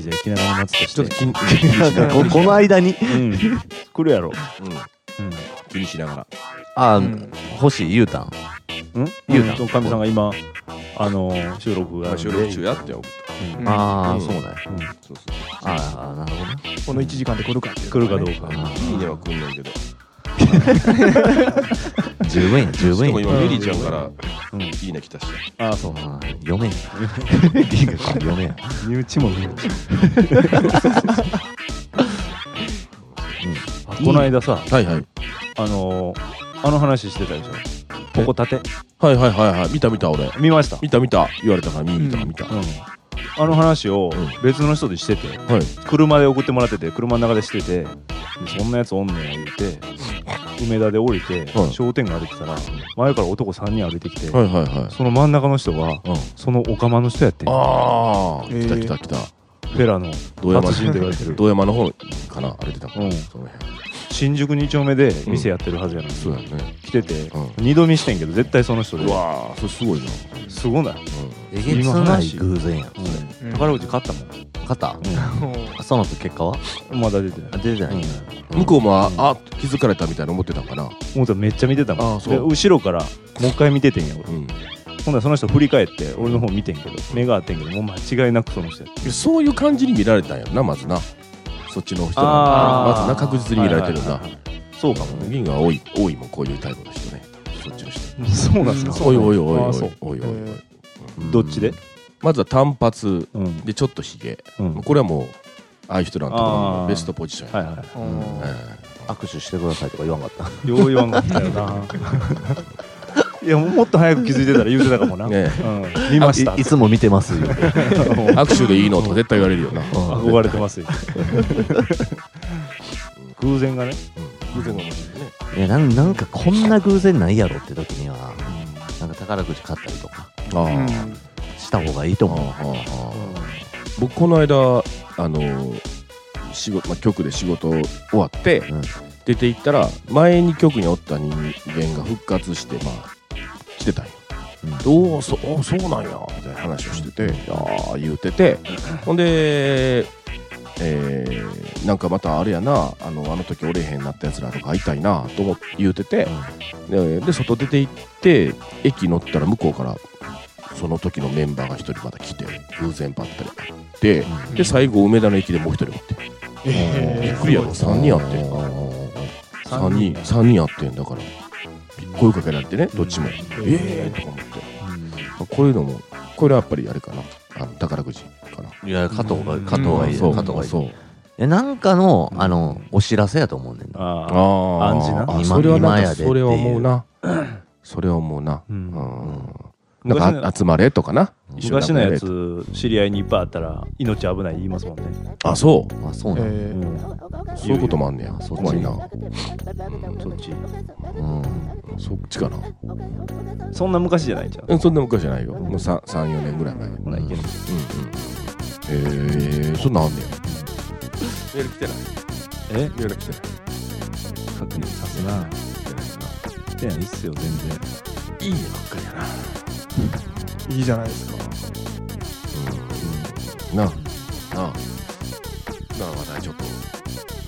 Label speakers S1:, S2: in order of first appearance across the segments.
S1: 末とし
S2: ちょっと
S1: て。
S2: 気に気にしながら
S1: こ この間に、
S3: うん。
S1: 来るやろ。
S3: うん
S1: うん
S3: 気にしながら。
S1: あ、
S2: うん
S1: 星ゆうたん。
S3: うん
S1: 言う
S2: な
S1: とかみさんが今あのー収録があ
S3: ま
S1: る
S3: あ
S1: んで
S3: 収録中やってよ。
S2: うん
S1: ああ
S3: うん
S1: そうだよ
S3: うんそうそう。
S1: ああなるほどね
S2: この1時間で来るかっていう
S1: 来
S2: とこ
S1: る
S2: ね、
S1: かどうか
S3: あいいねは来んねんけど。
S1: 十 分や十分
S3: でも
S1: や
S3: 今、ミリちゃんから
S1: うん
S3: いいね来たし。
S1: ああそうだな読めん リングから読めん
S2: 身内も身内も
S1: あ この間さ
S3: はいはい。
S1: あのーあの話してたでしょポコタテ
S3: はいはいはいはい。見た見た俺。
S1: 見ました
S3: 見た見た。言われたから見見た見た。
S1: う
S3: は
S1: んあの話を
S3: うん
S1: 別の人でしてて
S3: い。
S1: 車で送ってもらってて車の中でしててでそんなやつおんねん言うて梅田で降りて
S3: はい
S1: 商店街歩いてたら前から男3人歩いてきて
S3: はいはいはい。
S1: その真ん中の人が
S3: うん。
S1: そのオカマの人やってん
S3: ああ、
S2: えー
S3: 来た来た来た。
S1: フェラの
S3: 道山
S1: 達人と言われてる
S3: 道山の方かな、あれ出たか。
S1: うん
S3: その辺。
S1: 新宿2丁目で店やってるはずやのに、
S3: そうやね。
S1: 来てて
S3: う
S1: 二度見してんけど絶対その人で
S3: ん。うわあ、それすごいな。
S1: すごない、
S4: えげつない偶然やん
S2: うん
S1: 宝くじ買ったもん、
S4: 肩
S2: もう
S4: その後結果は
S1: まだ出てない
S4: あ出てない、
S1: うん
S3: 向こうも、ああ、気づかれたみたいな思ってたんかな。
S1: 思ったらめっちゃ見てたも
S3: あ
S1: ん
S3: そう
S1: で後ろからもう一回見ててんや俺
S3: うん。
S1: ほんならその人振り返って俺の方見てんけど目が合ってんけどもう間違いなくその人や
S3: そういう感じに見られたんやろな、まずな。そっちの人
S1: あ
S3: が
S1: ー
S3: まずな、確実に見られてる
S1: は
S3: ない
S1: はい。そうかもね
S3: 銀が多い、多いもん、こういうタイプの人ね。そっちの人。
S1: そうなんす
S2: う
S1: か
S2: ん
S3: おいおいおい
S1: あ
S3: お
S1: ー
S3: い
S1: そう
S3: おいおいおい。
S1: どっちで
S3: まずは単発
S1: うん、
S3: で、ちょっとひげ。
S1: うん
S3: これはもう、ああいう人なんての
S1: あ
S3: は
S1: ー
S3: ベストポジション
S1: は
S3: や。
S1: いは
S2: うん
S3: う
S4: 握手してくださ いとか言わんかった
S1: いよう言わんかったよな いやもうもっと早く気づいてたら言うてたかもな、
S3: んね
S1: うん、見ました
S4: いいつも見てます よ
S3: え握手でいいのと絶対言われるよな。
S1: 憧れてますよ偶然がね
S3: 偶然が面白いね。
S4: いやなんなんかこんな偶然ないやろって時にはなんか宝くじ買ったりとか
S3: あ
S2: うん
S3: ー
S4: した方がいいと
S3: あー
S4: 思う
S3: あーあー僕この間あのー仕事まあ局で仕事終わって、
S4: うん
S3: 出て行ったら前に局におった人間が復活してまあ来てたんよ。どうそおそうなんやみたいな話をしてて、ああ言うてて、ほんで、えーなんかまたあれやなあのあの時折れへんなったやつらとか会いたいなと思って言うてて、でで外出て行って駅乗ったら向こうからその時のメンバーが一人また来て偶然ばったり会って、で最後梅田の駅でもう一人おって、びっくりやろ3人あってん3人3人あってんだから声かけられてねどっちも、ええー、とか思ってこういうのもこれはやっぱりあれかなあの宝くじかない
S4: や買った方が買った方がいい
S3: そ
S4: よ
S3: う
S4: 買った方がいい
S3: そう
S4: えなんかのあのお知らせやと思うねんな
S3: あ
S1: ああ
S3: ー
S1: 暗示な
S3: あ
S4: 今
S3: それは
S4: 今
S3: なん
S4: やで
S3: か
S4: っていう
S3: それは思うなそれは思うな
S1: う
S3: うんん
S1: 昔
S3: なん
S1: の
S3: か集まれとかな一緒
S1: 昔
S3: に集
S1: の
S3: まれ
S1: やつ知り合いにいっぱいあったら命危ない言いますもんね、
S3: あそう
S4: あそう
S2: え
S4: なん、
S1: う
S2: ー
S1: ん、
S3: そういうこともあんねや
S4: あそっち
S3: 怖いな
S1: そっち
S4: うん
S3: そっちかな
S1: そんな昔じゃないじゃん
S3: うんそんな昔じゃないよもう34年ぐらい前
S1: ほないける
S3: うんうんへえそんなんあんねやメール来てない
S1: え
S3: メール来てない
S1: 確認さすな来てないっすよ全然
S3: いいねばっかりやない
S2: いじゃないですか
S3: なあなあなあ話題ちょっと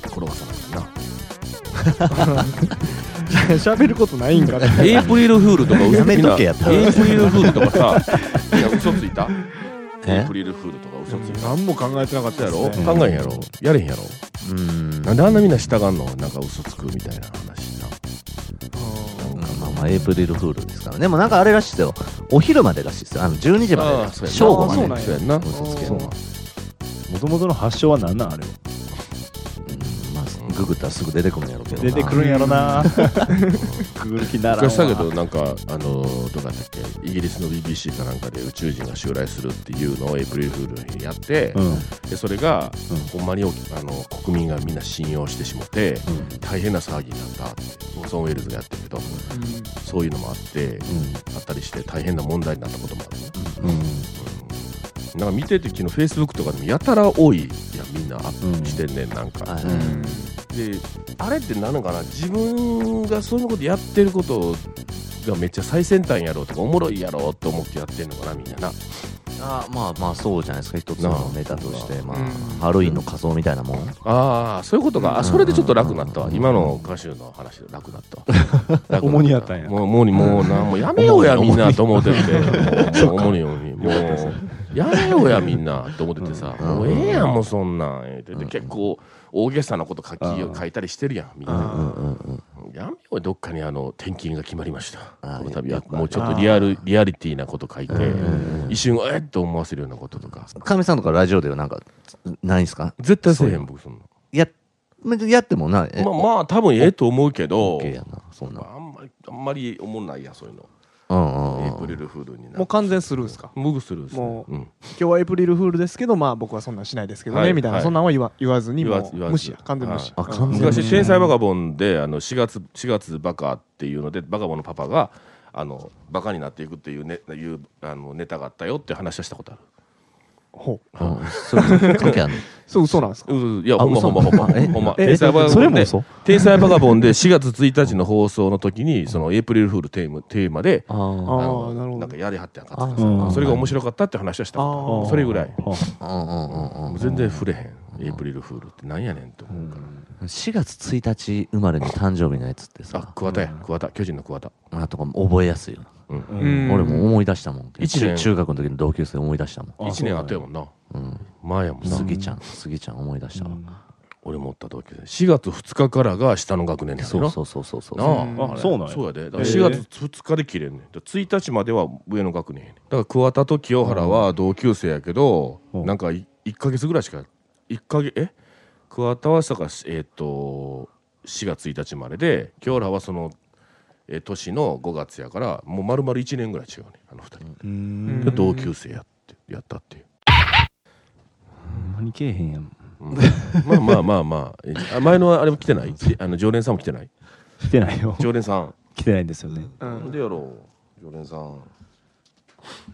S3: 転がさな きゃな
S2: 喋ることないんかって
S3: エイプリルフールとか嘘
S4: やめとけやったら
S3: エイプリルフールと かさいや嘘ついたエイ
S4: え
S3: プリルフールとか嘘ついた
S2: 何も考えてなかった
S3: や
S2: や
S3: ろ
S2: ろ
S3: 考えんやろやれへんやろ
S4: うん
S3: なんであんなみんな従うのなんか嘘つくみたいな話な
S4: うんまあまあエイプリルフールですからねでもなんかあれらしいですよお昼までらしいですよあの12時まで正午まで
S2: あ
S3: そうやんな
S4: そうそう
S3: そうやんな
S1: もともとの発祥は何なんあれは
S4: うんまあググったらすぐ出てくるんやろうけどな
S1: 出てくるんやろ なくぐる気ならんわ
S3: 昔だけどなんかあのーどうだったっけイギリスの BBC かなんかで宇宙人が襲来するっていうのをエイプリルフールの日にやって、
S1: うん
S3: でそれが、
S1: う
S3: ほんまにあの国民がみんな信用してしもて、
S1: う
S3: 大変な騒ぎになったってオーソン・ウェルズがやってるけどそういうのもあってあったりして大変な問題になったこともあるね、
S1: うん
S3: なんか見てる時のフェイスブックとかでもやたら多いいやみんなアッ
S1: うん
S3: プしてんねんなんか、
S4: はい
S3: であれって何なのかな自分がそういうことやってることがめっちゃ最先端やろうとかおもろいやろうと思ってやってんのかなみんなな
S4: あまあまあそうじゃないですか一つ
S3: な
S4: の
S3: あ
S4: ネタとしてまあ、
S3: うん
S4: ハロウィンの仮装みたいなもん
S3: ああそういうことかあそれでちょっと楽になったわ
S4: うん
S3: 今の歌手の話で楽だったわ楽
S2: 重荷やったんや
S3: もうもうにもうなもうやめようや
S4: 重
S3: み
S4: 荷
S3: んなと思っててもう重荷重荷もうやめようやみんなと思っててさ
S4: うん
S3: もうええやんもうそんなん言うて
S4: う
S3: で
S4: ん
S3: 結構大げさなこと書
S1: うん
S3: き書いたりしてるやんみん
S4: う
S3: なん
S4: うんうん
S3: やめようどっかにあの転勤が決まりました
S4: あー
S3: この度
S4: よ
S3: は
S4: くある
S3: もうちょっとリアルリアリティなこと書いて
S4: ん
S3: 一瞬えっと思わせるようなこととか
S4: 神さんとかラジオではなんかないんすか
S3: 絶対せえへん僕そんな
S4: やまやってもなえ
S3: まあまあ多分ええと思うけど
S4: OK やなそんな
S3: あんまり、あんまり思んないやん、そういうの。
S4: うんうん
S3: エイ
S4: う
S3: プ
S4: ん
S3: リルフールにな。
S2: もう完全スルーですか
S3: ムグスルーですね。、
S2: もうん今日はエイプリルフールですけどまあ僕はそんなんしないですけどね、
S3: はい
S2: みたいな、
S3: はい
S2: そんなんは言わ言わずに
S3: 言
S2: も
S3: わず
S2: う
S3: 言わず
S2: 無視や完全無視、
S4: はいあ完全
S2: うん
S4: 無視
S3: 昔、天才バカボンで、あの、4月、4月バカっていうので、バカボンのパパが、あの、バカになっていくっていうね、いう、あの、ネタがあったよって話はしたことある。
S2: ほう
S4: うんそう関 係あんの
S2: そう嘘なんですか
S3: うんいや、
S4: あ
S3: ほんまほんまほんま。ほんま。
S2: え
S3: 天才バカボンで、
S2: そ
S3: 天才バカボンで4月1日の放送の時に、その、エイプリルフールテーマ、テーマで、
S4: あー
S2: あー
S3: の
S2: なるほど
S3: んかやりはってなか
S4: あ
S3: っ
S1: うん
S3: た。それが面白かったって話はしたことあ
S2: あ
S3: る。
S2: ー
S3: それぐらい。
S4: うんうんうんうん
S3: もう全然触れへんエイプリルフールってなんやねんと思うから、
S4: 4月1日生まれの誕生日のやつって
S3: あ
S4: さ
S3: 桑田や桑田巨人の桑田
S4: あとかも覚えやすいよな
S2: うん
S4: 俺も思い出したもん
S3: 一年
S4: 中中学の時の同級生思い出したもん
S3: 1年後やもんな
S4: うん
S3: 前やもんな
S4: 杉ちゃん杉ちゃん思い出したわ
S3: 俺もおった同級生4月2日からが下の学年やねん
S4: そう
S3: な
S4: そうそうそうそう
S3: なあ
S2: うん
S1: あそうなんや
S3: そうやでだから
S1: へえ
S3: 4月2日で切れんねんだから1日までは上の学年やねんだから桑田と清原は同級生やけど、
S1: うん
S3: なんか1か月ぐらいしか1か月え桑田はさかえっ、と4月1日までで清原はその、えー年の5月やからもう丸々1年ぐらい違うねんあの2人、
S1: うん
S3: で同級生やってやったっていう、
S1: 何けえへんやん
S3: うんまあまあまあまあえあ前のあれも来 てないあの常連さんも来てない
S1: 来てないよ
S3: 常連さん
S1: 来てないんですよね
S3: なんでやろう常連さん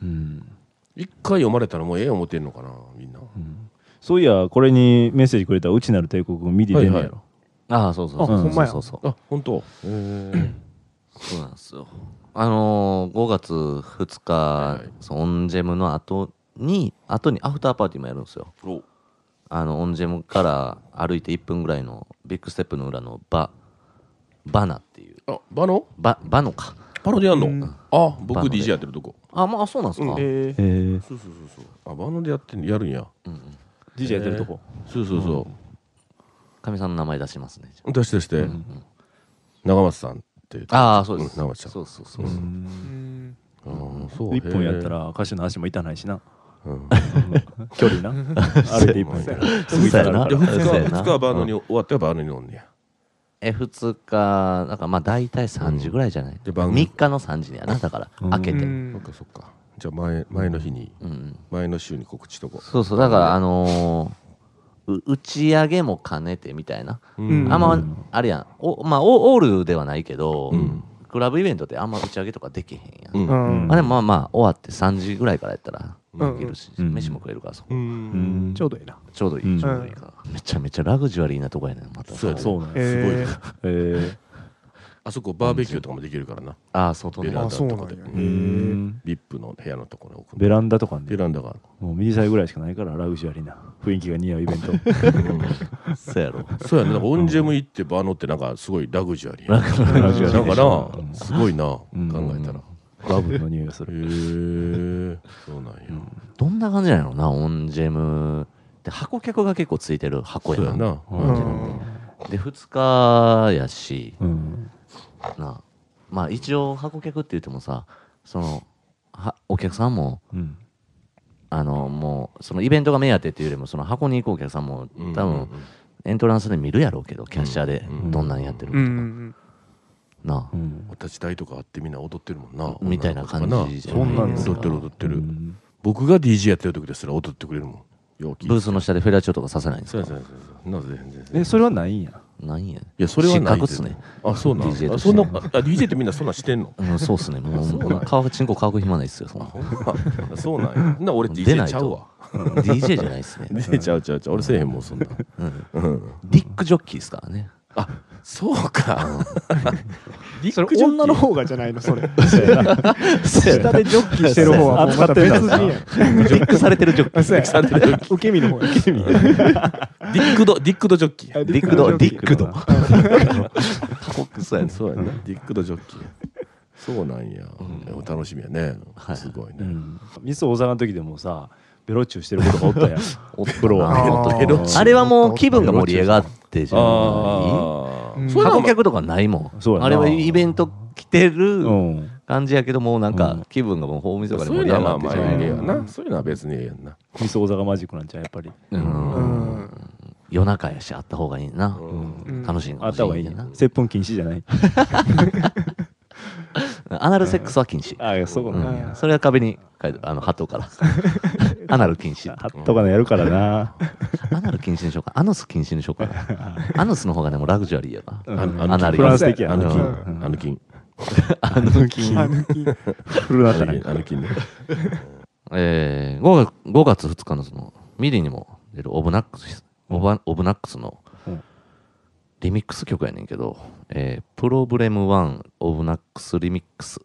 S1: うん
S3: 一回読まれたらもうええ思ってんのかなみんな
S1: そういやこれにメッセージくれた内なる帝国を見て出んねやろ
S4: ああそうそう
S2: あ
S4: そう
S2: ほんまや
S4: そうそうそう
S3: あ本当
S4: そうなんですよあのー、5月2日、
S3: はいはい
S4: そのオンジェムの後に後にアフターパーティーもやるんですよ
S3: お
S4: あのオンジェムから歩いて1分ぐらいのビッグステップの裏のババナっていう
S3: あバノ
S4: ババノか
S3: バノでやんの、
S2: うん
S3: あ僕
S4: バノで
S3: DJ やってるとこ
S4: あまあそうなんですか、
S2: え
S1: へ
S2: ー
S1: え
S3: そうそうそうそうあバノでやってんやるんや
S1: DJ やってるとこ
S3: そうそうそ
S4: かみさんの名前出しますねじゃ
S3: う出して出して、長松さんって
S4: あああそうです、
S3: うん直ちゃん
S4: そうそうそう、
S2: うん
S3: あーそう
S1: 一本やった
S3: ら、
S1: ら歌手の足も痛ないしな
S3: うん、
S1: 距 離な歩いて一本やったらすぐ
S4: そう
S1: 痛
S4: やな
S1: なるか
S4: そう
S3: 2
S4: や
S3: 日
S4: な
S3: 二日はバノに終わったらバノにおんねや
S4: え2日なんかまあ大体3時ぐらいじゃない、
S3: で番組
S4: 3日の3時やなだから、開けて、うん
S3: そっかそっかじゃあ前前の日に、前の週に告知とこ
S4: そうそうだからあのーう打ち上げも兼ねてみたいな、
S2: うん
S4: あんまあれやんおまあオオールではないけど、
S3: うん
S4: クラブイベントってあんま打ち上げとかできへんやん、
S3: う
S2: うんん
S4: まあでもまあまあ終わって3時ぐらいからやったら
S2: うん
S4: できるし、
S1: うん
S4: 飯も食えるからそこ、
S3: うん
S1: うん
S2: ちょうどいいな
S4: ちょうどいい、
S1: うん
S4: ちょうどいいからめちゃめちゃラグジュアリーなとこやねんまた
S3: そうやで
S1: そうなんや
S3: すごいね
S2: えー
S1: へえ
S3: あそこバーベキューとかもできるからな
S4: ああ外
S3: ベ
S4: ね
S3: ラン
S2: あ
S3: ダ
S2: そう
S3: の
S2: な
S3: とこ
S2: んや
S3: で
S1: う
S3: うん
S1: ん
S3: リップの部屋のところ奥の
S1: ベランダとか
S3: ベ
S1: ね
S3: ランダがある
S1: もう右サイぐらいしかないからラグジュアリーな雰囲気が似合うイベント
S4: そうやろ
S3: そうやね。なんかオンジェム行ってバーノってなんかすごいラグジュアリー。なん
S1: ラグジュアリーでしょ
S3: かな、すごいな、考
S1: うん
S3: えたら。
S1: バブルの匂いがす
S3: へ
S1: る
S3: え、そうなんや。
S4: どんな感じなのなオンジェムで箱客が結構ついてる箱
S3: そ
S4: や
S3: う
S4: な
S3: やな。
S2: うん
S4: で2日やし
S1: うん
S4: なまあ一応箱客って言ってもさそのはお客さんも
S1: うん
S4: あのもうそのイベントが目当てっていうよりもその箱に行くお客さんも
S3: うん
S4: 多分エントランスで見るやろうけどキャッシャーで
S3: うん
S4: どんなんやってる
S2: うんう
S4: の
S2: ん
S4: な
S1: う
S4: あ
S1: ん
S3: お立ち台とかあってみんな踊ってるもんな。
S4: みたいな感じじゃ
S3: そ
S4: ない
S3: んなん
S1: ですか
S3: 踊ってる踊って
S1: う
S3: る。
S1: ん
S3: 僕が DJ やってる時ですら踊ってくれるもん。よう聞い
S4: ブー
S3: て
S4: スの下でフェラチオとかさせないんです
S3: そう
S4: か
S3: やそうやそうやそうや。なぜ全然。
S1: えそれはないんや
S4: なんや
S3: いや、それはな
S4: 失
S3: い
S4: 格っすね。
S3: あ、そうなん
S4: DJ
S3: あ
S4: として
S3: そんな、あ、DJ ってみんなそんなんして んの
S4: うんそうっ すねもう
S3: そうなんや
S4: もう顔がチンコ乾く暇ないっすよそんな
S3: ほんまそうなんや。ほんなら俺
S4: 出
S3: DJ
S4: ないと
S3: ちゃうわ。
S4: DJ じゃないっすね
S3: ねちゃうちゃうちゃう。俺せえへんもん、そんな。
S4: ディックジョッキーですからね。
S3: あ、そうか。
S2: それ女の方がじゃないのそれ
S4: 下でジョッキ
S2: してる方はもうまた別人や
S4: ジョックされてるジョッキ
S2: んそうや
S3: されてる
S2: 受け身の方や
S3: ディックド、ディックドジョッキーや。
S4: ディックド、ディックド。そうやね。
S3: そうやね。ディックドジョッキーや。そうなんや。お楽しみやね。すごいね。
S1: ミス大阪の時でもさベロチューしてる ことがおったやんプロは
S2: あー
S1: ベロチュー
S4: あれはもう気分が盛り上がってじゃない
S3: あ
S2: うん
S3: あ。それ
S4: 観
S3: は
S4: 客とかないも
S1: そうんやな
S4: あれはイベント来てる
S1: うん
S4: 感じやけどもうなん
S1: う
S4: か
S1: ん
S4: 気分がもう大晦日で
S3: そうい
S4: 盛
S3: う
S4: り
S3: のは
S4: 上
S3: ま
S4: が
S3: あ
S4: って
S3: ま
S4: じゃ
S3: あええ
S4: ない
S3: やな。そういうのは別にええやんな。
S1: ミス大阪マジックなんちゃうやっぱり
S2: う
S4: うん
S2: ん
S4: 夜中やしあった方がいいな
S2: うん
S4: 楽しいの
S1: あ
S4: か
S1: った方
S4: も
S1: が
S4: し
S1: い
S4: れ
S1: い
S4: んけど
S1: な
S4: な
S1: 接吻禁止じゃない
S4: アナルセックスは禁止
S1: ああそう
S4: う
S1: なんんや
S4: それは壁に書いてあの鳩 からアナル禁止
S1: ハットかのやるからな
S4: アナル禁止にしようかアヌス禁止にしよ うかなアヌスの方がでもラグジュアリーやな
S1: うん
S3: あのあの
S4: アナル
S1: フランス的
S3: あ
S1: や
S3: の
S1: な
S4: う
S3: 金
S1: ん
S3: あの金
S4: アヌ禁
S2: あ抜き
S1: 古な
S3: あ
S1: ったな
S3: の金あの金ね。
S4: えー、5, 月5月2日のそのミリにも出るオブナックスオバオブナックスの
S1: うん
S4: リミックス曲やねんけど、えープロブレム1オブナックスリミックス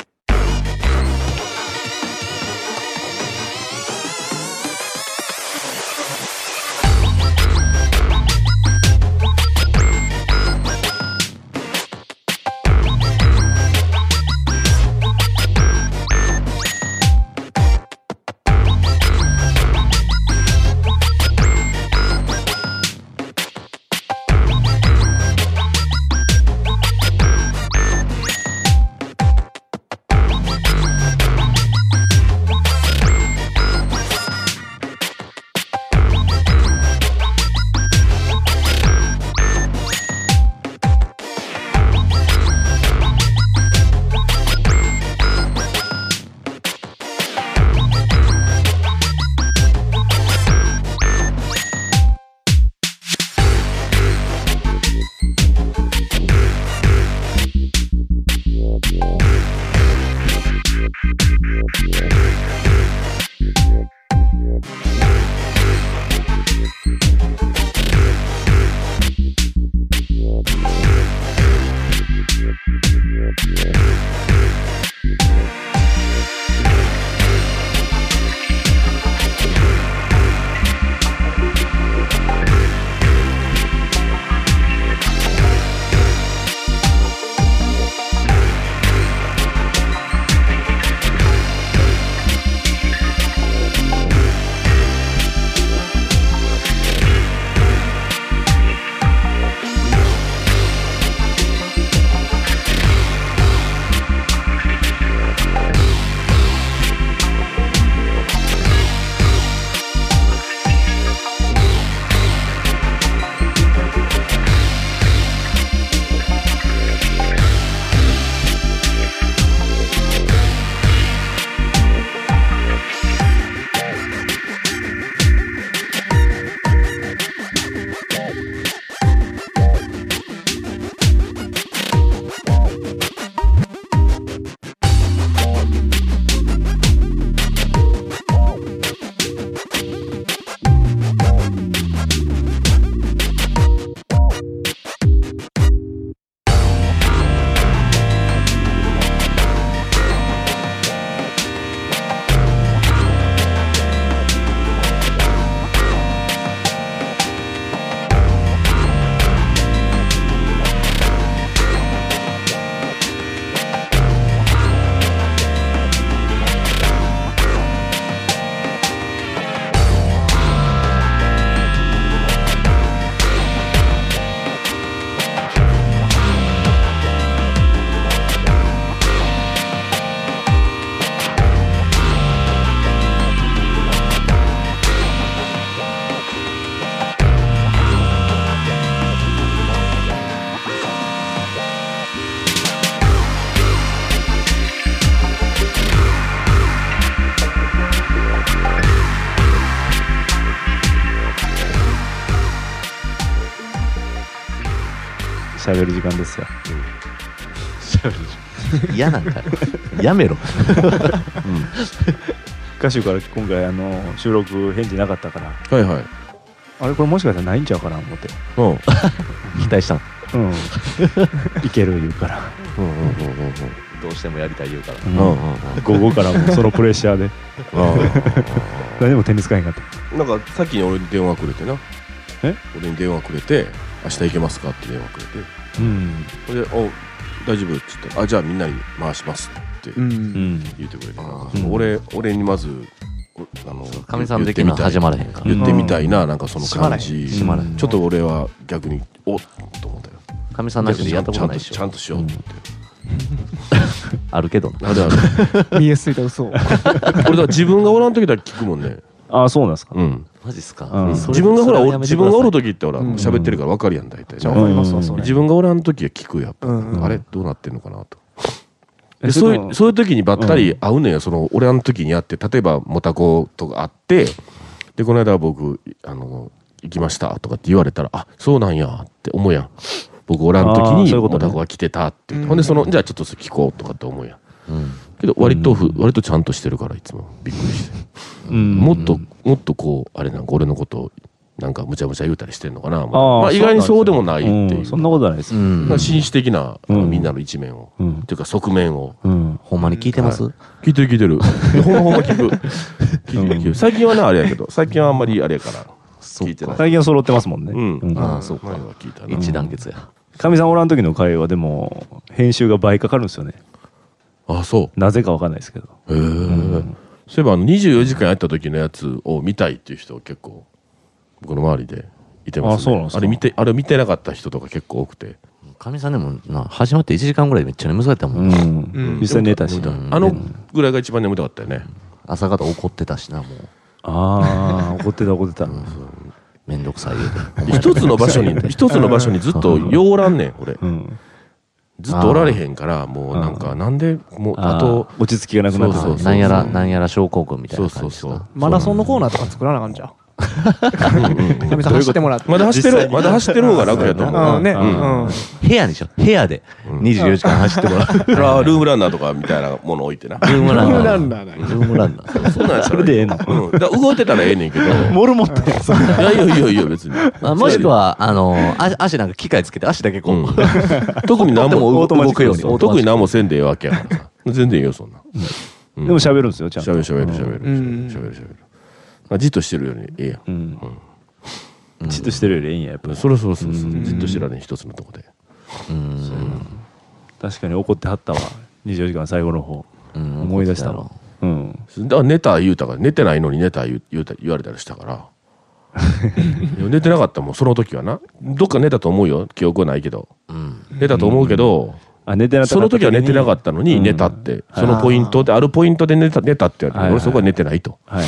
S5: 「
S1: 喋る時間ですよ。
S4: 嫌なんかよ やめろ
S1: 歌手から今回あの収録返事なかったから、
S3: はいはい
S1: あれこれもしかしたらないんちゃうかな思って。
S3: うんうん
S4: 期待したの
S1: うん。いける言うから。
S3: うんうん
S4: どうしてもやりたい言うから
S1: うん
S3: うんうんうん
S1: 午後からもうそのプレッシャーで
S3: あ
S1: 何も手につかへんかった。
S3: ーなんかさっきに俺に電話くれてな
S1: え
S3: 俺に電話くれて明日行けますかって電話くれて
S1: うん。
S3: それで「お大丈夫」っつって「あじゃあみんなに回します」って
S2: うん。
S3: 言ってくれて、
S4: あ
S1: ー
S3: 俺俺にまずおあの
S4: かみさん的な始まらへんから
S3: 言ってみたいななんかその感じ
S1: 閉まらへん閉まらへん
S3: ちょっと俺は逆におっと思ったよ
S4: かみさんなしでやったことないでし
S3: ちゃ
S4: ょ
S3: んとちゃんとしようと思って、
S4: あるけどな
S3: あるある
S2: BS ついた嘘。
S3: 俺だ自分がおらん時だけ聞く もんね、
S1: ああ、そうなんですか。
S3: うん、
S4: マジっすか
S1: うん
S4: それ
S3: 自分がほら
S4: それは
S3: お
S4: やめて
S3: 自
S4: くださ
S3: 分
S4: い
S3: がおる時ってほら
S2: うん
S3: 喋ってるから分かるやん大体
S2: じゃあ、わかりますわ、
S1: うん
S2: それ。
S3: 自分がおらん時は聞くやっぱ
S2: うんうん
S3: あれどうなってんのかなと
S1: え
S3: でそういう
S1: そ
S3: そういう時にばったり会うねんよ、その俺あの時に会って例えばモタコとか会ってでこの間僕あの行きましたとかって言われたらあそうなんやって思うやん僕おらん時
S1: あー
S3: に
S1: そういうこと
S3: モ
S1: ね
S3: タコが来てたって言って
S2: うん
S3: ほんでそのじゃあちょっとそれ聞こうとかって思うやん
S4: うん
S3: けど割とふ、割とちゃんとしてるからいつもびっくりして、
S1: うん
S3: もっともっとこうあれなんか俺のことなんかむちゃむちゃ言うたりしてんのかなまあ
S1: あー
S3: まあ、意外にそうでもないっていう、
S1: うんそんなことはないです
S4: う。
S3: まあ
S4: ん
S3: 紳士的な、
S1: うん
S3: みんなの一面を、
S1: うん
S3: っていうか側面を
S1: うん。
S4: ほんまに聞いてます
S3: 聞いてる聞いてる。いやほんまほんま聞く。聞いてる聞いてる。最近はね、あれやけど、最近はあんまりあれやから、聞いてない。
S1: 最近は揃ってますもんね。
S3: うん。あ
S1: か
S3: あ、そうか。前は聞いたな。
S4: 一致団結や
S1: みさんおらん時の会話でも、編集が倍かかるんですよね。
S3: あ、そ
S1: なぜかわかんないですけど。
S3: う。へえ。そういえば、あの、24時間やった時のやつを見たいっていう人結構、僕の周りでいてます、
S1: あそ
S3: ね。
S1: うなんですか
S3: あれ見て、あれ見てなかった人とか結構多くて。
S4: かみさんでもな始まって1時間ぐらいめっちゃ眠そうやったもん
S2: うん
S1: 実際寝たし。
S3: 眠たい
S4: うん
S3: あのぐらいが一番眠たかったよね。
S4: 朝方怒ってたしなもう
S1: ああ、怒ってた怒ってた。
S4: めんどくさい言うてほんまや
S3: 一つの場所に、一つの場所にずっとようらんねん、俺。
S1: うん。
S3: ずっとおられへんから、もうなんか、なんで、もう、あと、
S1: ー落ち着きがなくなって
S3: そうそうそう
S4: なんやらなんやら症候群みたい
S3: そう
S4: な
S3: そ
S4: 感
S3: う
S4: じです
S3: そう
S4: か。
S2: マラソンのコーナーとか作らなあかんじゃん。かみさん走ってもらって。
S3: まだ走ってる、まだ走ってる方が楽やと思うな。
S2: うんね。
S1: うん
S2: う
S4: 部屋でしょ部屋で24時間走っても らう
S3: それはルームランナーとかみたいなもの置いてな。
S4: ルームランナー
S2: ルームランナーなんや
S4: ルームランナー
S3: そうなんや
S1: それでええの
S3: うんだから動いてたらええねんけど。い
S1: モルモットやそれ
S3: やいやいやいや、別に。
S4: まあもしくは、あのー、足足なんか機械つけて、足だけこ
S3: う
S4: う、
S3: ん、特に何
S4: でも
S3: も
S4: オートマチックですよ
S3: そう特に何もせんでええわけやからさ。全然いいよ、そんな。
S1: でも喋るんですよ、ちゃん
S3: し
S1: と。
S3: ゃべるしゃべるしゃべる。しゃべる
S2: うん
S3: しゃべるしゃべる。まあじっとしてるよりええやん。
S1: うん。ちっとしてるよりええんや、やっぱ。
S3: そろそろそうそうじっとしてられん一つのとこで。
S1: 確かに怒ってはったわ。24時間最後の方。
S4: うん
S1: 思い出したわ。うん。
S3: だから寝た言うたから、寝てないのに寝た言う言うた言われたりしたから。いや寝てなかったもん、その時はな。どっか寝たと思うよ、記憶はないけど。
S4: うん。
S3: 寝たと思うけど、
S1: あ、寝てなかった
S3: その時は寝てなか
S1: っ
S3: ったのに
S1: うん
S3: 寝たって、そのポイントで、あるポイントで寝た寝たって言われて、
S1: はいはい
S3: 俺そこは寝てないと。
S1: た。はい。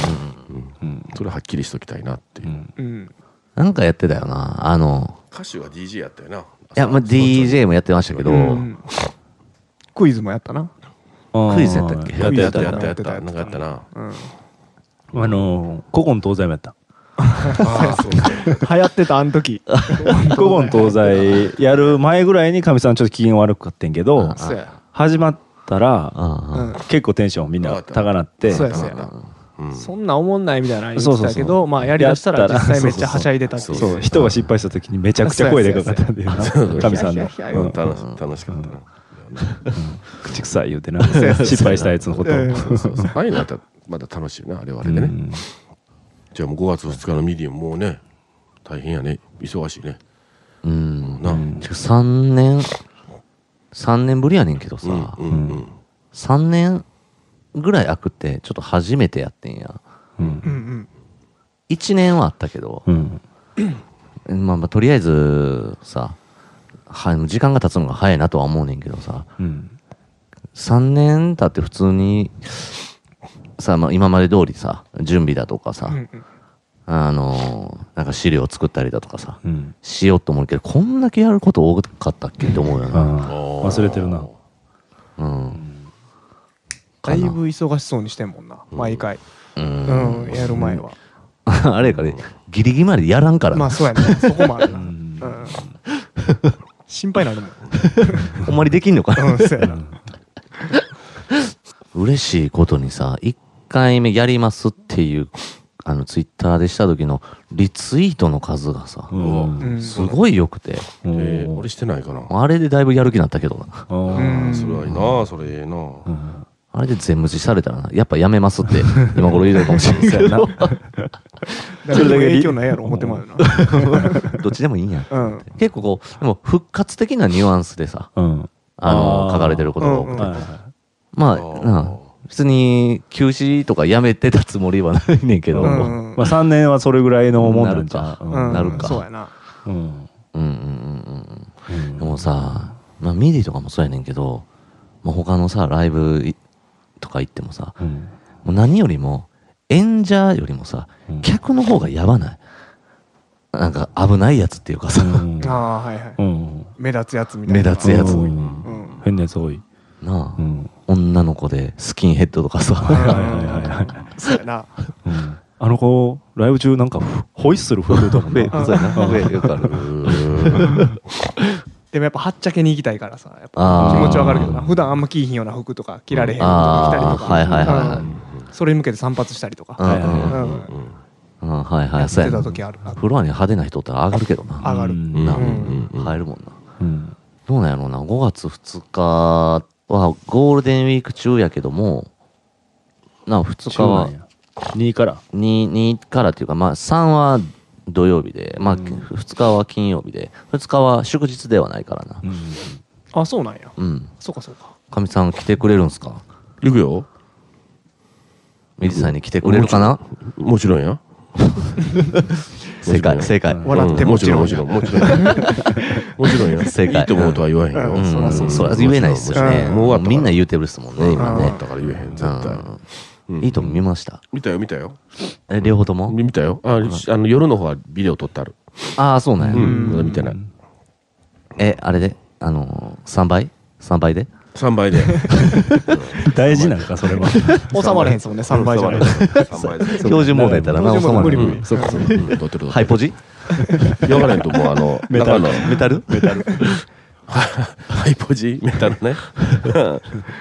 S3: それはっきりしときたいなっていう。
S2: ん。
S4: なんかやってたよな。あの、
S3: 歌手は DJ やったよな。い
S4: いや、まあ、DJ もやってましたけど、
S2: うんクイズもやったな。
S1: ク
S4: クイズやったっけ
S3: やったやったや
S2: や
S3: っ
S2: った
S3: や
S2: たや
S3: っ。
S2: ったた
S3: なんかやったな。
S1: あのー、古今東西もやった。
S3: ああ、そう
S2: 流行ってた、あの時。
S1: 古今東西やる前ぐらいにかみさんちょっと機嫌悪かってんけど、
S2: そうや。
S1: 始まったら、
S2: う
S4: あ
S2: ん。
S1: 結構テンションみんな高鳴って、
S2: そうや、
S1: そ
S2: そう
S3: やっ
S2: や。
S3: うん
S2: そんな思んないみたいなの
S1: そう
S2: 言っ
S1: そうそう
S2: てたけど、まあやりだしたら実際めっちゃはしゃいでたっていう
S3: そう
S1: う、人が失敗した時にめちゃくちゃ声でかかったんだよな、かみさんの。
S2: そう
S3: う
S1: うんん
S3: 楽し楽しかったな。
S1: 口臭い言うてな、
S2: うやそうや
S1: 失敗したやつのことを。
S2: うん
S3: そうそうそうああいうのやったらまだ楽しいな、あれはあれで
S1: う
S3: ね。
S1: ん
S3: じゃあもう5月2日のミディアム、もうね、大変やね。忙しいね。
S4: うん。うん。
S3: な。うん
S4: 3年、3年ぶりやねんけどさ、
S3: うんうん。
S4: 3年ぐらい空くって、ちょっと初めてやってんや。
S1: うん
S2: うん
S4: 1年はあったけど、
S1: うん
S4: まあまあ、とりあえずさ、は時間が経つのが早いなとは思うねんけどさ、
S1: うん
S4: 3年経って普通にさ、まあ、今まで通りさ準備だとかさ、
S2: うん。うんうん
S4: あのーなんか資料作ったりだとかさ、
S1: うん
S4: しようと思うけどこんだけやること多かったっけって思うよな、
S1: あー忘れてるな。
S4: うん
S2: だいぶ忙しそうにしてんもんな、毎回。
S4: うん
S2: うん、やる前は。
S4: あれやからねギリギリまでやらんから、
S2: まあそうやね、そこもあるな。う
S1: うん
S2: ん。心配になる
S4: ほんまにできんのか
S2: もん。うん、そうやな。
S4: 嬉しいことにさ、1回目やりますっていう、あの、ツイッターでした時のリツイートの数がさ、
S1: うん
S2: うん
S4: すごい良くて、
S1: う
S3: え
S1: ん
S3: ー俺してないかな。
S4: あれでだいぶやる気になったけどな。
S1: あー
S2: うん
S3: それはいいな、それええな。
S1: うん
S4: あれで全無視されたらな、やっぱやめますって、今頃言うてるかもしれないけど、
S2: それだけ影響ないやろ、思ってまうよな。
S4: どっちでもいいんや。
S2: うん。
S4: 結構こう、でも復活的なニュアンスでさ、
S1: うん
S4: あの
S1: あー
S4: 書かれてることが多くて、
S2: うん
S1: はいは
S4: まあ、
S3: ー
S4: なあ別に休止とかやめてたつもりはないねんけど、
S1: う
S4: うんん、
S1: いまあ3年はそれぐらいのもんなんじゃう
S2: うん
S4: なるか
S2: そうやな。
S1: うん
S4: うんうんうん
S1: う
S4: うん
S1: ん
S4: でもさ、まあ、ミディとかもそうやねんけど、まあ、他のさライブいとか行ってもさ
S1: うん
S4: もう何よりも演者よりもさ
S1: うん
S4: 客の方がやばないなんか危ないやつっていうかさ、
S1: うん
S2: ああ、はいはい。
S1: うん
S2: 目立つやつみたいな。
S4: 目立つやつ
S1: 多いね
S2: うん。
S1: 変なやつ多い
S4: な
S1: う
S4: あ、
S1: ん
S4: 女の子でスキンヘッドとか
S1: はい
S4: さ
S1: はいはいはい
S2: そうやな。
S1: うんあの子ライブ中なんかふホイッスル吹いてたもんな
S4: そうやな上 よくある
S2: でもやっぱはっちゃけに行きたいからさ、や
S4: あ
S2: っ
S4: ー
S2: ぱ気持ちわかるけどな。普段あんま着いひんような服とか着られへん服とか着たりと
S4: あ
S2: か。
S4: あはいはいはいはい
S2: うんそれに向けて散髪したりと
S4: う
S2: か。
S1: はいはい
S4: んうん
S1: は
S2: うん。
S4: うんはいは
S2: や
S4: い
S2: って
S4: そうやな
S2: た時あるな。
S4: フロアに派手な人おったら上がるけどな
S2: 上がる。
S1: うん
S4: な、
S2: うん
S4: 入るもんな
S1: うん
S4: どうなんやろうな5月2日はゴールデンウィーク中やけどもな2日は
S1: 2位から
S4: 2 2からっていうか、まあ、3は土曜日で、まあ、2日は金曜日で2日は祝日ではないからな
S2: あ、そうなんや。
S4: うん
S2: そうかそうか。
S4: かみ、さん来てくれるんすか
S3: 行くよ。
S4: ミリさんに来てくれるかな
S3: もちろんや。
S4: 正
S3: も
S4: 解
S3: ちろん
S4: 正解
S2: 笑って
S3: うん
S2: もちろん
S3: もちろん、もちろん。 もちろんや。
S4: 正解
S3: いいと思うとは言わへんよ。
S4: う
S2: うん
S4: ん、
S2: そ
S4: そ
S2: らそう
S4: うそら言えないですよね。
S3: もう終わったから
S4: みんな言うてるっすもんね、
S3: うん
S4: 今
S3: 終
S4: ね
S3: わっ。たから言えへん、絶対。
S4: うんいいとも見ました。
S3: 見たよ、見たよ。
S4: え、両方とも
S3: 見たよ。ああの夜の方はビデオ撮ってある。
S4: ああ、そうなん
S3: う
S4: や。
S3: ん、まだ見てない。
S4: え、あれであのー、3倍 ?3 倍で
S3: 3倍で。
S1: 大事なんかそれは
S2: 収まれへんすもんね、3倍じゃない。
S3: 3倍で。
S4: 標準モードやったらな、収
S2: 標準モ
S4: ま
S2: ード無理
S4: る。
S2: 無
S4: う
S2: 理
S4: んそっかそっか。
S3: うん撮ってる。
S4: ハイポジ
S3: やばないともうあの、
S1: メタル
S3: 中の
S4: メタルメタル。
S3: ハイポジメタルね。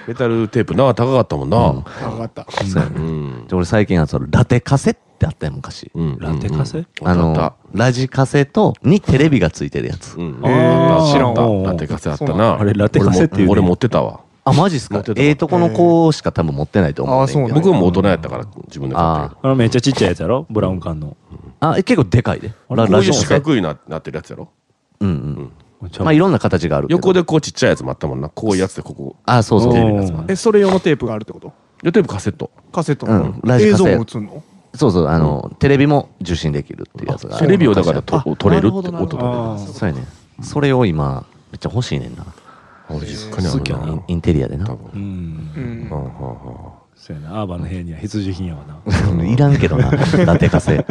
S3: メタルテープな、高かったもんな。
S2: 分かった。
S4: そうやね
S3: うん。
S4: で俺最近あの、ラテカセってあったよ、昔。
S3: うん
S1: ラテカセ
S4: あ
S3: あったあ
S4: の
S3: っ、
S4: ラジカセと、にテレビがついてるやつ
S3: た。。うん
S1: あー
S3: あった
S2: 知らんわ
S1: おー
S3: ラテカセあった
S2: そうな
S3: な。
S1: あれラテカセっていうね
S3: 俺も俺持ってたわ。
S4: あ、マジっす
S3: 持
S4: か
S3: ってた
S4: ええとこの子しか多分持ってないと思うねんけど。
S2: あーそうなんや
S3: 僕はもう大人やったから、自分で買ったけど。
S1: あのめっちゃちっちゃいやつやろブラウン管の
S4: あ、え結構でかいで。ラ
S3: こう
S4: ラ
S3: い
S4: ジ
S3: う
S4: カ
S3: 四
S4: セ。
S3: 角いななってるやつやろ
S4: うんうん。まあいろんな形があるけど。
S3: 横でこうちっちゃいやつもあったもんな。こういうやつでここ。
S4: あ、そうそう。
S1: テレビ
S4: う
S1: のや
S4: ん
S1: つも
S2: え、それ用のテープがあるってこと
S3: で、テープカセット。
S2: カセット
S4: うんラジ
S2: 映
S4: カセ
S2: 像も映んの
S4: そうそう、あの、テレビも受信できるっていうやつがある
S3: テレビをだからと
S2: あ
S3: 撮れるって
S2: なほ
S3: 音
S2: ど
S3: だ。
S2: なるほど
S4: そうやね。それを今、めっちゃ欲しいねんな。
S3: 俺実家にあ
S1: 好
S3: る
S1: きや
S3: な。
S1: な
S3: うん
S4: インテリアでな
S3: 多。
S1: う
S3: 分。
S1: ん
S2: うん
S3: はあは
S1: そうやなアーバンの部屋には必需品やわな
S4: いらんけどな、ラテカ セ。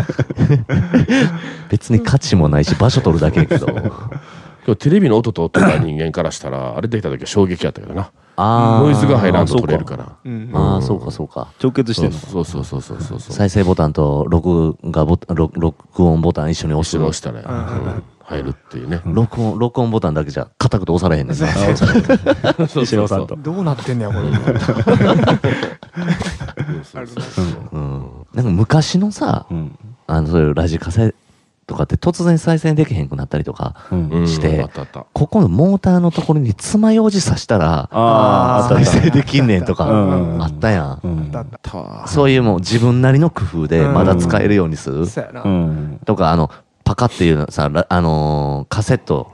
S4: 別に価値もないし、場所取るだけやけど。
S3: あはあ今日テレビの音と撮った人間からしたら、あれできた時は衝撃やったけどな。
S4: あー
S3: ノイズが入らんと撮れるから。
S2: うん
S4: ああ、そうかそうか。
S1: 直結してんのか
S3: そうそうそうそうそうそう。
S4: 再生ボタンと録画ボタン、録録音ボタン一緒に押
S3: 一
S4: して
S3: 緒に
S4: る
S3: 押。したら、うん入るっていうね。
S4: 録音、録音ボタンだけじゃ固くて押されへんねんな。
S1: 石郎さんと
S2: どうなってんねや、これ。
S4: うんなんか昔のさ、
S1: うん
S4: あの、そういうラジカセとかって突然再生できへんくなったりとか、
S1: うん
S3: うん
S4: して
S3: あったあった。
S4: ここのモーターのところに爪楊枝刺したら、
S1: あーあ
S4: 再
S1: ったあっ
S4: 生できんねんとか、
S1: うん
S4: あったやん。
S1: たうん
S2: だった。
S4: そういうもう自分なりの工夫でまだ使えるようにする。
S2: そうやな
S1: う。ん
S4: とか、あの、パカっていうのさ、らあのーカセット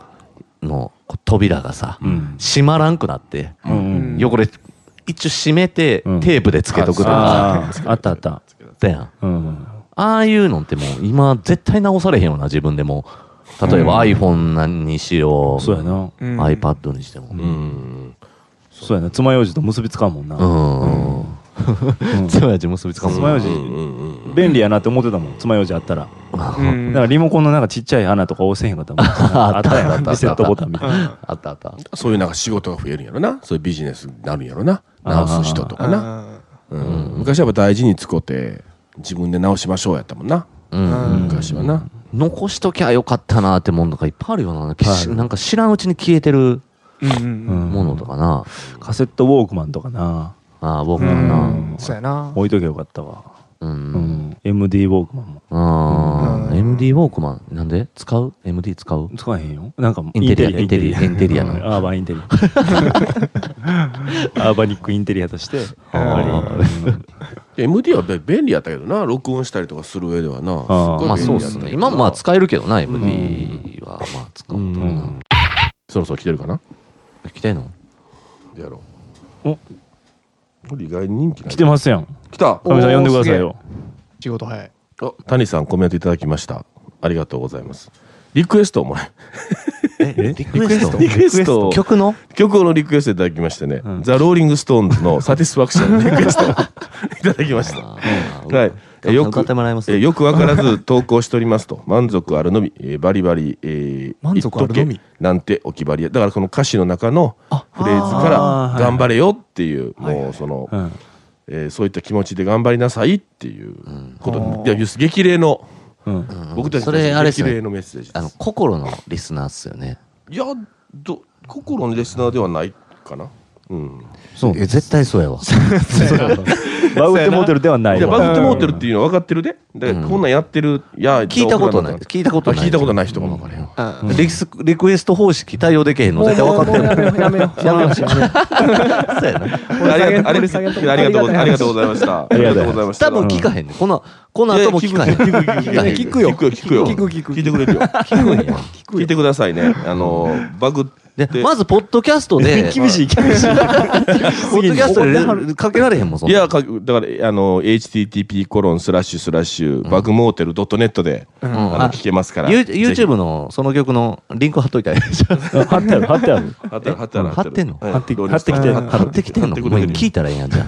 S4: のこう扉がさ、
S1: うん
S4: 閉まらんくなって、
S1: うん
S2: ん
S4: よこれ、一応閉めて、
S1: うん
S4: テープでつけとくとか、
S1: あーあったあった
S4: あったやん。
S1: うん
S4: ああいうのってもう今絶対直されへんよな、自分でも。例えば iPhone なんにしよう。
S1: そうやな
S2: うん
S4: iPad にしても。
S3: うん。
S1: そうやな爪楊枝と結びつかんもんな
S4: うん。爪楊枝結びつか
S1: 爪
S4: も。
S1: 楊
S3: うん
S1: 枝
S3: うんうん。
S1: 便利やなって思ってたもん爪楊枝あったら
S2: う
S1: だ
S2: ん
S1: からリモコンのなんかちっちゃい穴とか押せへんかったもんあったやんリセットボタンみたいな
S4: あったあった。
S3: そういうなんか仕事が増えるんやろな。そういうビジネスになるんやろな。直す人とかな。うん昔はやっぱ大事に使って自分で直しましょうやったもんな、
S4: うん。
S3: 昔はな、
S4: 残しときゃよかったなってもんとかいっぱいあるよな。
S1: はい
S4: なんか知らんうちに消えてる
S2: うんうんうん。
S4: ものとかな。
S1: カセットウォークマンとかな
S4: ああ、僕
S2: う
S4: もな。
S2: んそうやな。
S1: 置いときゃよかったわ、
S4: う。
S1: うんん MD ウォークマンも
S4: ああ、
S2: うん
S4: MD ウォークマン。なんで使う ?MD 使う
S1: 使わへんよなんか
S4: インテリアインテリアインテリア
S1: うん
S4: な
S1: アーバンインテリアアーバニックインテリアとして
S4: あー
S1: うん
S3: MD はべ便利やったけどな録音したりとかする上ではな
S1: あー
S4: まあ
S3: すっ
S4: そう
S3: ごい便利や
S4: っ
S3: った
S4: す
S3: けど
S4: ね。
S3: な
S4: 今もまあ使えるけどな、MD は。まあ使うと
S1: う
S4: な。
S1: ん
S3: そろそろ来てるかな
S4: 来てんの
S3: やろう
S1: お
S3: これ意外に人気ない
S1: 来てますやん
S3: 来た
S1: かみさん呼んでくださいよ
S2: 仕事早い。
S3: あ谷さんコメントいただきましたありがとうございますリクエストをもらい
S4: えリクエスト
S3: リクエストを
S4: 曲の
S3: 曲のリクエストいただきましてね、
S1: うん
S3: ザ・ローリング・ストーンズの「サティスファクション」のリクエストをいただきましたはいえよ
S4: 歌
S3: く
S4: ってもらいます
S3: えよくわからず投稿しておりますと満足あるのみ、えーバリバリ、えー
S2: 満足あるのみ
S3: 言っとけなんて置きばりやだからこの歌詞の中のフレーズ
S1: あー
S3: か
S1: はい
S3: ら「頑張れよ」っていうもうその、
S1: うん
S3: えーそういった気持ちで頑張りなさいっていうこと
S2: う
S3: に
S2: ん
S3: いや激励の
S1: うん
S3: 僕たち
S4: それあれっす
S3: 激
S4: ね
S3: 励のメッセージで
S4: あの
S3: す
S4: 心のリスナーっすよね
S3: いやど心のレスナーではないかなうん
S1: そう
S4: え絶対そうや わ
S1: バウテモデルではない
S3: いやバグって
S1: モ
S3: 持ってるっていうのは分かってるでで、
S4: うん
S3: こんなんやってるいや
S4: 聞いたことない
S3: どうか
S4: 聞いたことない
S3: あ聞いたことない人かも分かれへん
S4: うリスリクエスト方式対応できへんの絶対分かってる
S2: もうもうやめようやめよう。やめようやめよ
S4: そうやな
S3: ありがとうありが
S2: 掘り下げ
S3: とう
S2: とこ
S3: ありがとうありがとうございましたあ
S1: りがとうご
S3: ござ
S1: ざ
S3: いました
S4: 多分聞かへんねこのこの後も聞かへん
S3: 聞く聞
S4: かへん
S3: く聞くよ聞くよ
S2: 聞く聞く
S3: 聞いてくれるよ聞いてくださいねあのバグっ
S4: で
S3: て
S4: まずポッドキャスト で
S1: 厳しい厳しい
S4: ポッドキャストでかけられへんもんそん
S3: い
S4: な
S3: やかだからあの http コロンスラッシュスラッシュバグモーテルドットネットであ
S4: ん
S3: の
S4: あ
S3: 聞けますから
S4: You-
S3: ぜひ
S4: YouTube のその曲のリンク貼っといたらいいでしょ
S1: 貼ってある貼ってある
S3: 貼ってある貼ってある
S4: 貼ってんの
S3: はい
S1: 貼って
S3: ローリングストーン
S1: 貼ってきて
S3: は
S4: 貼ってきてんの
S3: い貼って
S4: も
S3: く
S4: う
S3: れてる
S4: 聞いたらええやんじゃ
S2: う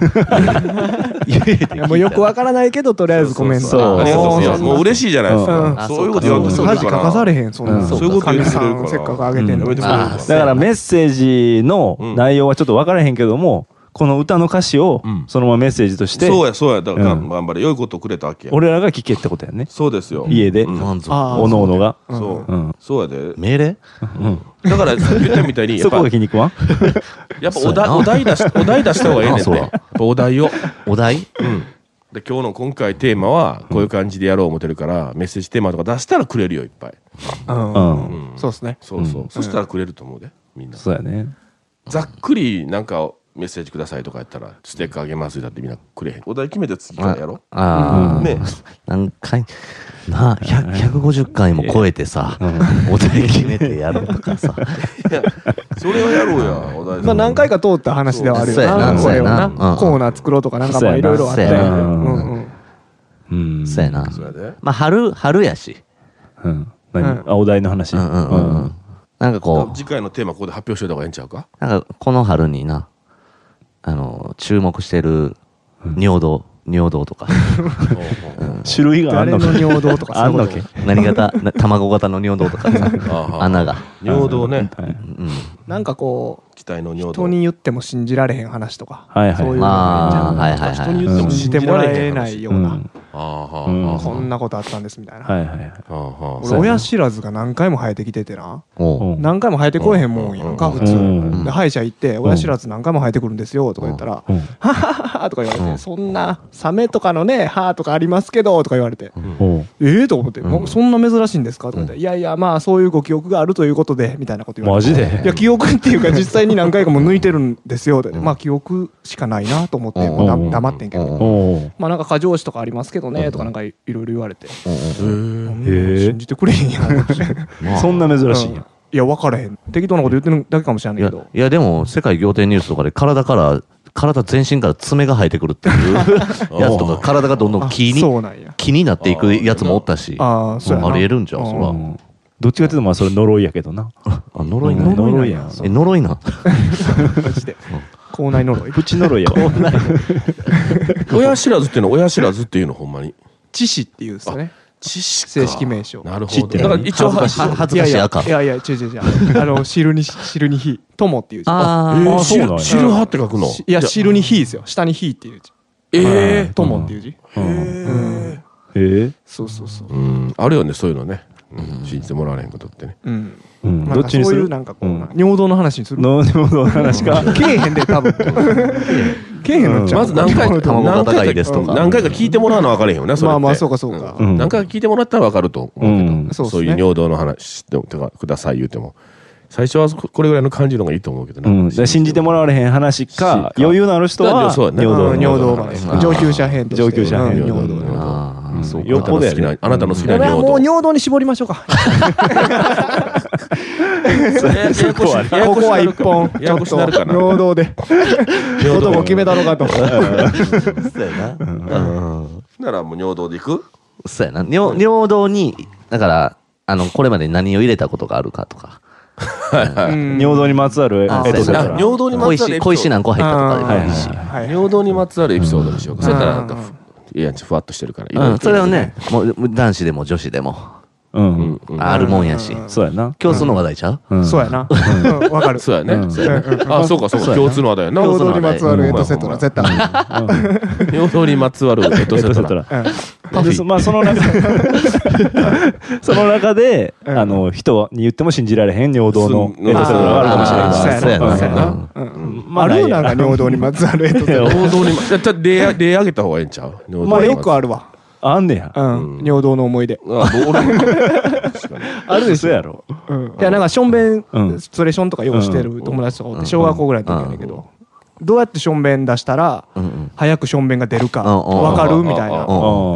S2: いやもうよくわからないけどとりあえずコメント。
S1: そう
S3: ありがとうござい
S4: そ
S3: ま
S4: う
S3: すもう嬉しいじゃないです
S2: うん
S3: か
S4: あ
S3: そういうこと言わんとす
S2: そ
S3: るか
S2: うマ
S3: ら
S2: ジ書かされへんそんな
S1: うん
S2: ん。
S1: そう
S3: いうこと言
S2: 神
S3: ってく
S2: さ
S3: れるから
S2: んせっかくあげてん
S1: や
S2: の
S1: め
S2: に
S3: てくれる
S2: な。
S4: あ
S1: だからメッセージの内容はちょっと分からへんけども、この歌の歌詞を
S3: うん
S1: そのままメッセージとして、
S3: そうやそうやだから
S1: うん
S3: 頑張れ良いことくれたわけや
S1: 俺らが聞けってことやね
S3: そうですよ
S1: 家で
S3: うん
S4: ん満足
S2: あー
S1: おのおのが
S3: そううんそうやで
S4: 命令
S1: うん
S3: だからさっき言ったみたいにや
S1: そ
S3: っぱ
S1: こが気に食わん
S3: やっぱ
S4: そうや
S3: お
S4: な
S3: 題お題出しお題出した方がええねんて
S4: そうや
S3: やっぱお題を
S4: お題
S3: で今日の今回テーマはこういう感じでやろう思ってるからメッセージテーマとか出したらくれるよいっぱい
S2: うん
S1: う
S3: うんん
S2: そうですね。
S3: そうそううそしたらくれると思うでみんな
S1: そうやね
S3: ざっくりなんかメッセージくださいとかやったらステッカーあげますだってみんなくれへんお題決めて次からやろ
S4: ああ、
S3: ね
S4: 何回、なあ、100 150回も超えてさ、お題決めてやるとかさ、
S3: いやそれはやろうやお題
S2: まあ何回か通った話ではあるよ
S4: そうやな
S2: な。これを
S4: そうや
S2: な
S4: なうん
S2: コーナー作ろうとかなんかまあいろいろあったよ
S4: そう
S1: やな
S2: ね
S1: そうやな
S2: うんうん
S1: うん
S4: そうやな。
S3: そうやで
S4: まあ、春、春やし。
S1: うん何、
S2: うん
S1: あお題の話
S4: うんうんうん。うん、なんかこ
S3: 次回のテーマここで発表しといた方がええんちゃうか
S4: う、なんかこの春にな、あの、注目してる尿道、尿道とか、
S1: 種類があん
S2: 誰
S1: の
S2: の
S1: か
S2: 尿道とか
S1: あんのけ
S4: 何型、な卵型の尿道とかさ、
S3: あ
S4: 穴が。
S3: 尿道ね
S1: はい
S4: うん。
S2: なんかこう
S3: 期待の尿道
S2: 人に言っても信じられへん話とか
S1: はいはい
S2: そういうの
S4: まあ、
S2: が
S4: はいはい
S3: 人に
S4: は
S3: 言
S4: い。
S3: っても
S2: いいんじゃない信
S3: 信
S2: じて
S3: じ
S2: も
S3: ら
S2: ら
S3: れへ
S2: え
S3: ん
S2: ないよう
S1: う
S2: なん
S3: ああは
S1: うん
S3: あは
S2: こんなことあったんですみたいな
S1: はいはいはい
S3: あは
S2: 俺親知らずが何回も生えてきててな
S4: おう
S1: うん
S2: 何回も生えてこえへんもんやんか
S3: うん
S2: 普
S1: うん
S2: 通で歯医者行って親知らず何回も生えてくるんですよとか言ったら
S1: うん
S2: 「はははは」とか言われ
S4: うん
S2: て「そんなサメとかのね歯とかありますけど」とか言われて
S1: おう
S2: 「ええ?」と思って「もうそんな珍しいんですか?」とか言って「いやいやまあそういうご記憶があるということで」みたいなこと言われて
S1: マジで
S2: いや記憶っていうか実際に何回かも抜いてるんですよって、まあ記憶しかないなと思って、もうだ
S1: うん
S2: 黙ってんけど、
S4: うん
S1: おう
S2: まあなんか過剰詞とかありますけどねとかなんかいろいろ言われて、うん
S1: へえ
S2: 信じてくれへんやん
S4: まあ
S1: そんな珍しいん
S2: うん
S1: や、
S2: いや分からへん適当なこと言ってるだけかもしれないい
S4: や
S2: け
S4: い
S2: ど
S4: やでも世界仰天ニュースとかで体から体全身から爪が生えてくるっていうやつとか体がどんどん
S2: あ
S4: 気に
S2: そうなんや
S4: 気になっていくやつもおったし
S2: あーそうやな
S4: ありえるんじゃん
S2: うん
S4: そ
S1: うん
S4: ら
S1: どっちかっていうとまあそれ呪いやけどな
S4: あ呪いな
S1: うんん
S4: や
S1: 呪いやん
S4: え呪いなん
S2: マジで口内呪い
S1: プチ呪いや わ
S3: 親知らずっていうのは親知らずっていうのほんまに
S2: 致死っていうんですよね
S3: 知識
S2: 正式名称
S3: なる
S1: 知
S3: ほ
S1: っ
S3: ど
S1: て
S3: だから一応
S4: 恥ずかしい恥ずかしい赤
S2: いやいやいや違う違う 違うあの汁に汁に火友っていう字
S4: あ
S1: え
S4: ー
S1: ー
S3: 知
S1: そうなん
S3: る
S1: や
S3: 知る派って書くの
S2: しいや汁に火ですよ下に火っていう字
S3: ええ
S2: 友っていう字
S1: うんええ
S2: そうそうそう
S3: うんあるよねそういうのねうん信じてもらわれへんことってね
S2: うん。
S1: うん
S2: まあ
S1: どっちにす
S2: そうい
S1: る
S2: うなんかこうな
S1: う、ん
S2: 尿道の話にする
S1: のでもの話か
S2: けえへんで、多分。けえへんのちゃう
S3: まず何回か
S4: 卵が
S3: 何回
S4: 高
S3: か
S4: いですとか
S3: 何回か聞いてもらうのは分かれへんよなそれって
S2: まあまあそうかそうか
S1: うん
S3: 何回か聞いてもらったら分かると思うけど、
S1: うん
S2: そうっす
S3: そう
S2: ね
S3: いう尿道の話とかください言うても最初はこれぐらいの感じの方がいいと思うけど
S1: うん、だから信じてもらわれへん話か
S3: し
S1: 余裕のある人は
S3: だそうやね
S1: 尿道
S2: う
S1: の
S2: ん尿道まで
S4: あー
S2: 上級者編として
S1: 上級者編
S2: うん尿道
S3: 尿道
S4: ああ、そう
S1: よっぽどやね
S3: あなたの好きなあ
S2: 俺
S3: なた
S2: は
S3: の好
S2: もう
S3: きな尿道
S2: 尿道に絞りましょうか
S3: そこはね
S2: ここは一本
S3: ややこしなるかな
S2: 尿道で
S3: 尿道
S2: 男決めたのかと
S4: そうやな。うん。
S3: ならもう尿道でいく
S4: そうやな。尿尿道に、だから、あの、これまで何を入れたことがあるかとか。
S2: うん
S1: 尿道にまつわるエ
S4: あ
S1: ピソード
S4: そう
S1: か
S4: や
S1: ら
S4: な
S3: あ尿道にまつわ
S4: 小
S3: る
S4: 石、小石何個入ったとかでもいいし。
S2: はい
S3: 尿道にまつわるエピソードにしようか、そうやったらなんか
S2: うん
S3: ええやんちふわっとしてるから
S4: うん、それをね、もう男子でも女子でも、
S1: うん、
S3: うんうん
S4: あるもんやし。
S1: そうやな、
S4: 今日その話題ちゃう
S1: うん、
S2: そうやなうんわかる
S3: そうやね、
S1: うん
S3: そうやねあそうかそうか共通の話だよな
S2: 尿道にまつわるエトセトラ絶対あ
S3: 尿道にまつわるエト
S1: エ
S3: セ
S1: トセ
S3: ト
S1: ト
S3: ラ
S1: ラ
S2: る
S1: でそ まあその 中その中で、
S2: うん
S1: あの人に言っても信じられへん尿道の
S3: すん
S1: エトセトラがあるかもしれない
S2: あー
S4: そうやな。
S1: そう
S4: そう
S1: や
S4: や
S1: な
S4: な。
S2: うんうん
S1: ま
S2: あるよなんか尿道にまつわるエトセ トラ
S3: 尿道にまじゃあじゃあ例例上げた方がええんちゃう尿道に
S2: まあよく
S3: あ
S2: あるわ
S1: あんねや
S2: うん尿道の思い出
S3: ボール確かに
S1: あるでしょやろ
S2: うんいやなんかしょんべん
S1: うん
S2: ストレーションとか用意してる友達とかおって小学校ぐらいの時やねんけどどうやってしょんべん出したら
S4: うんうん。
S2: 早くしょんべんが出るか
S4: うんうん
S2: わかるみた
S4: う
S2: いな
S4: ん
S1: あ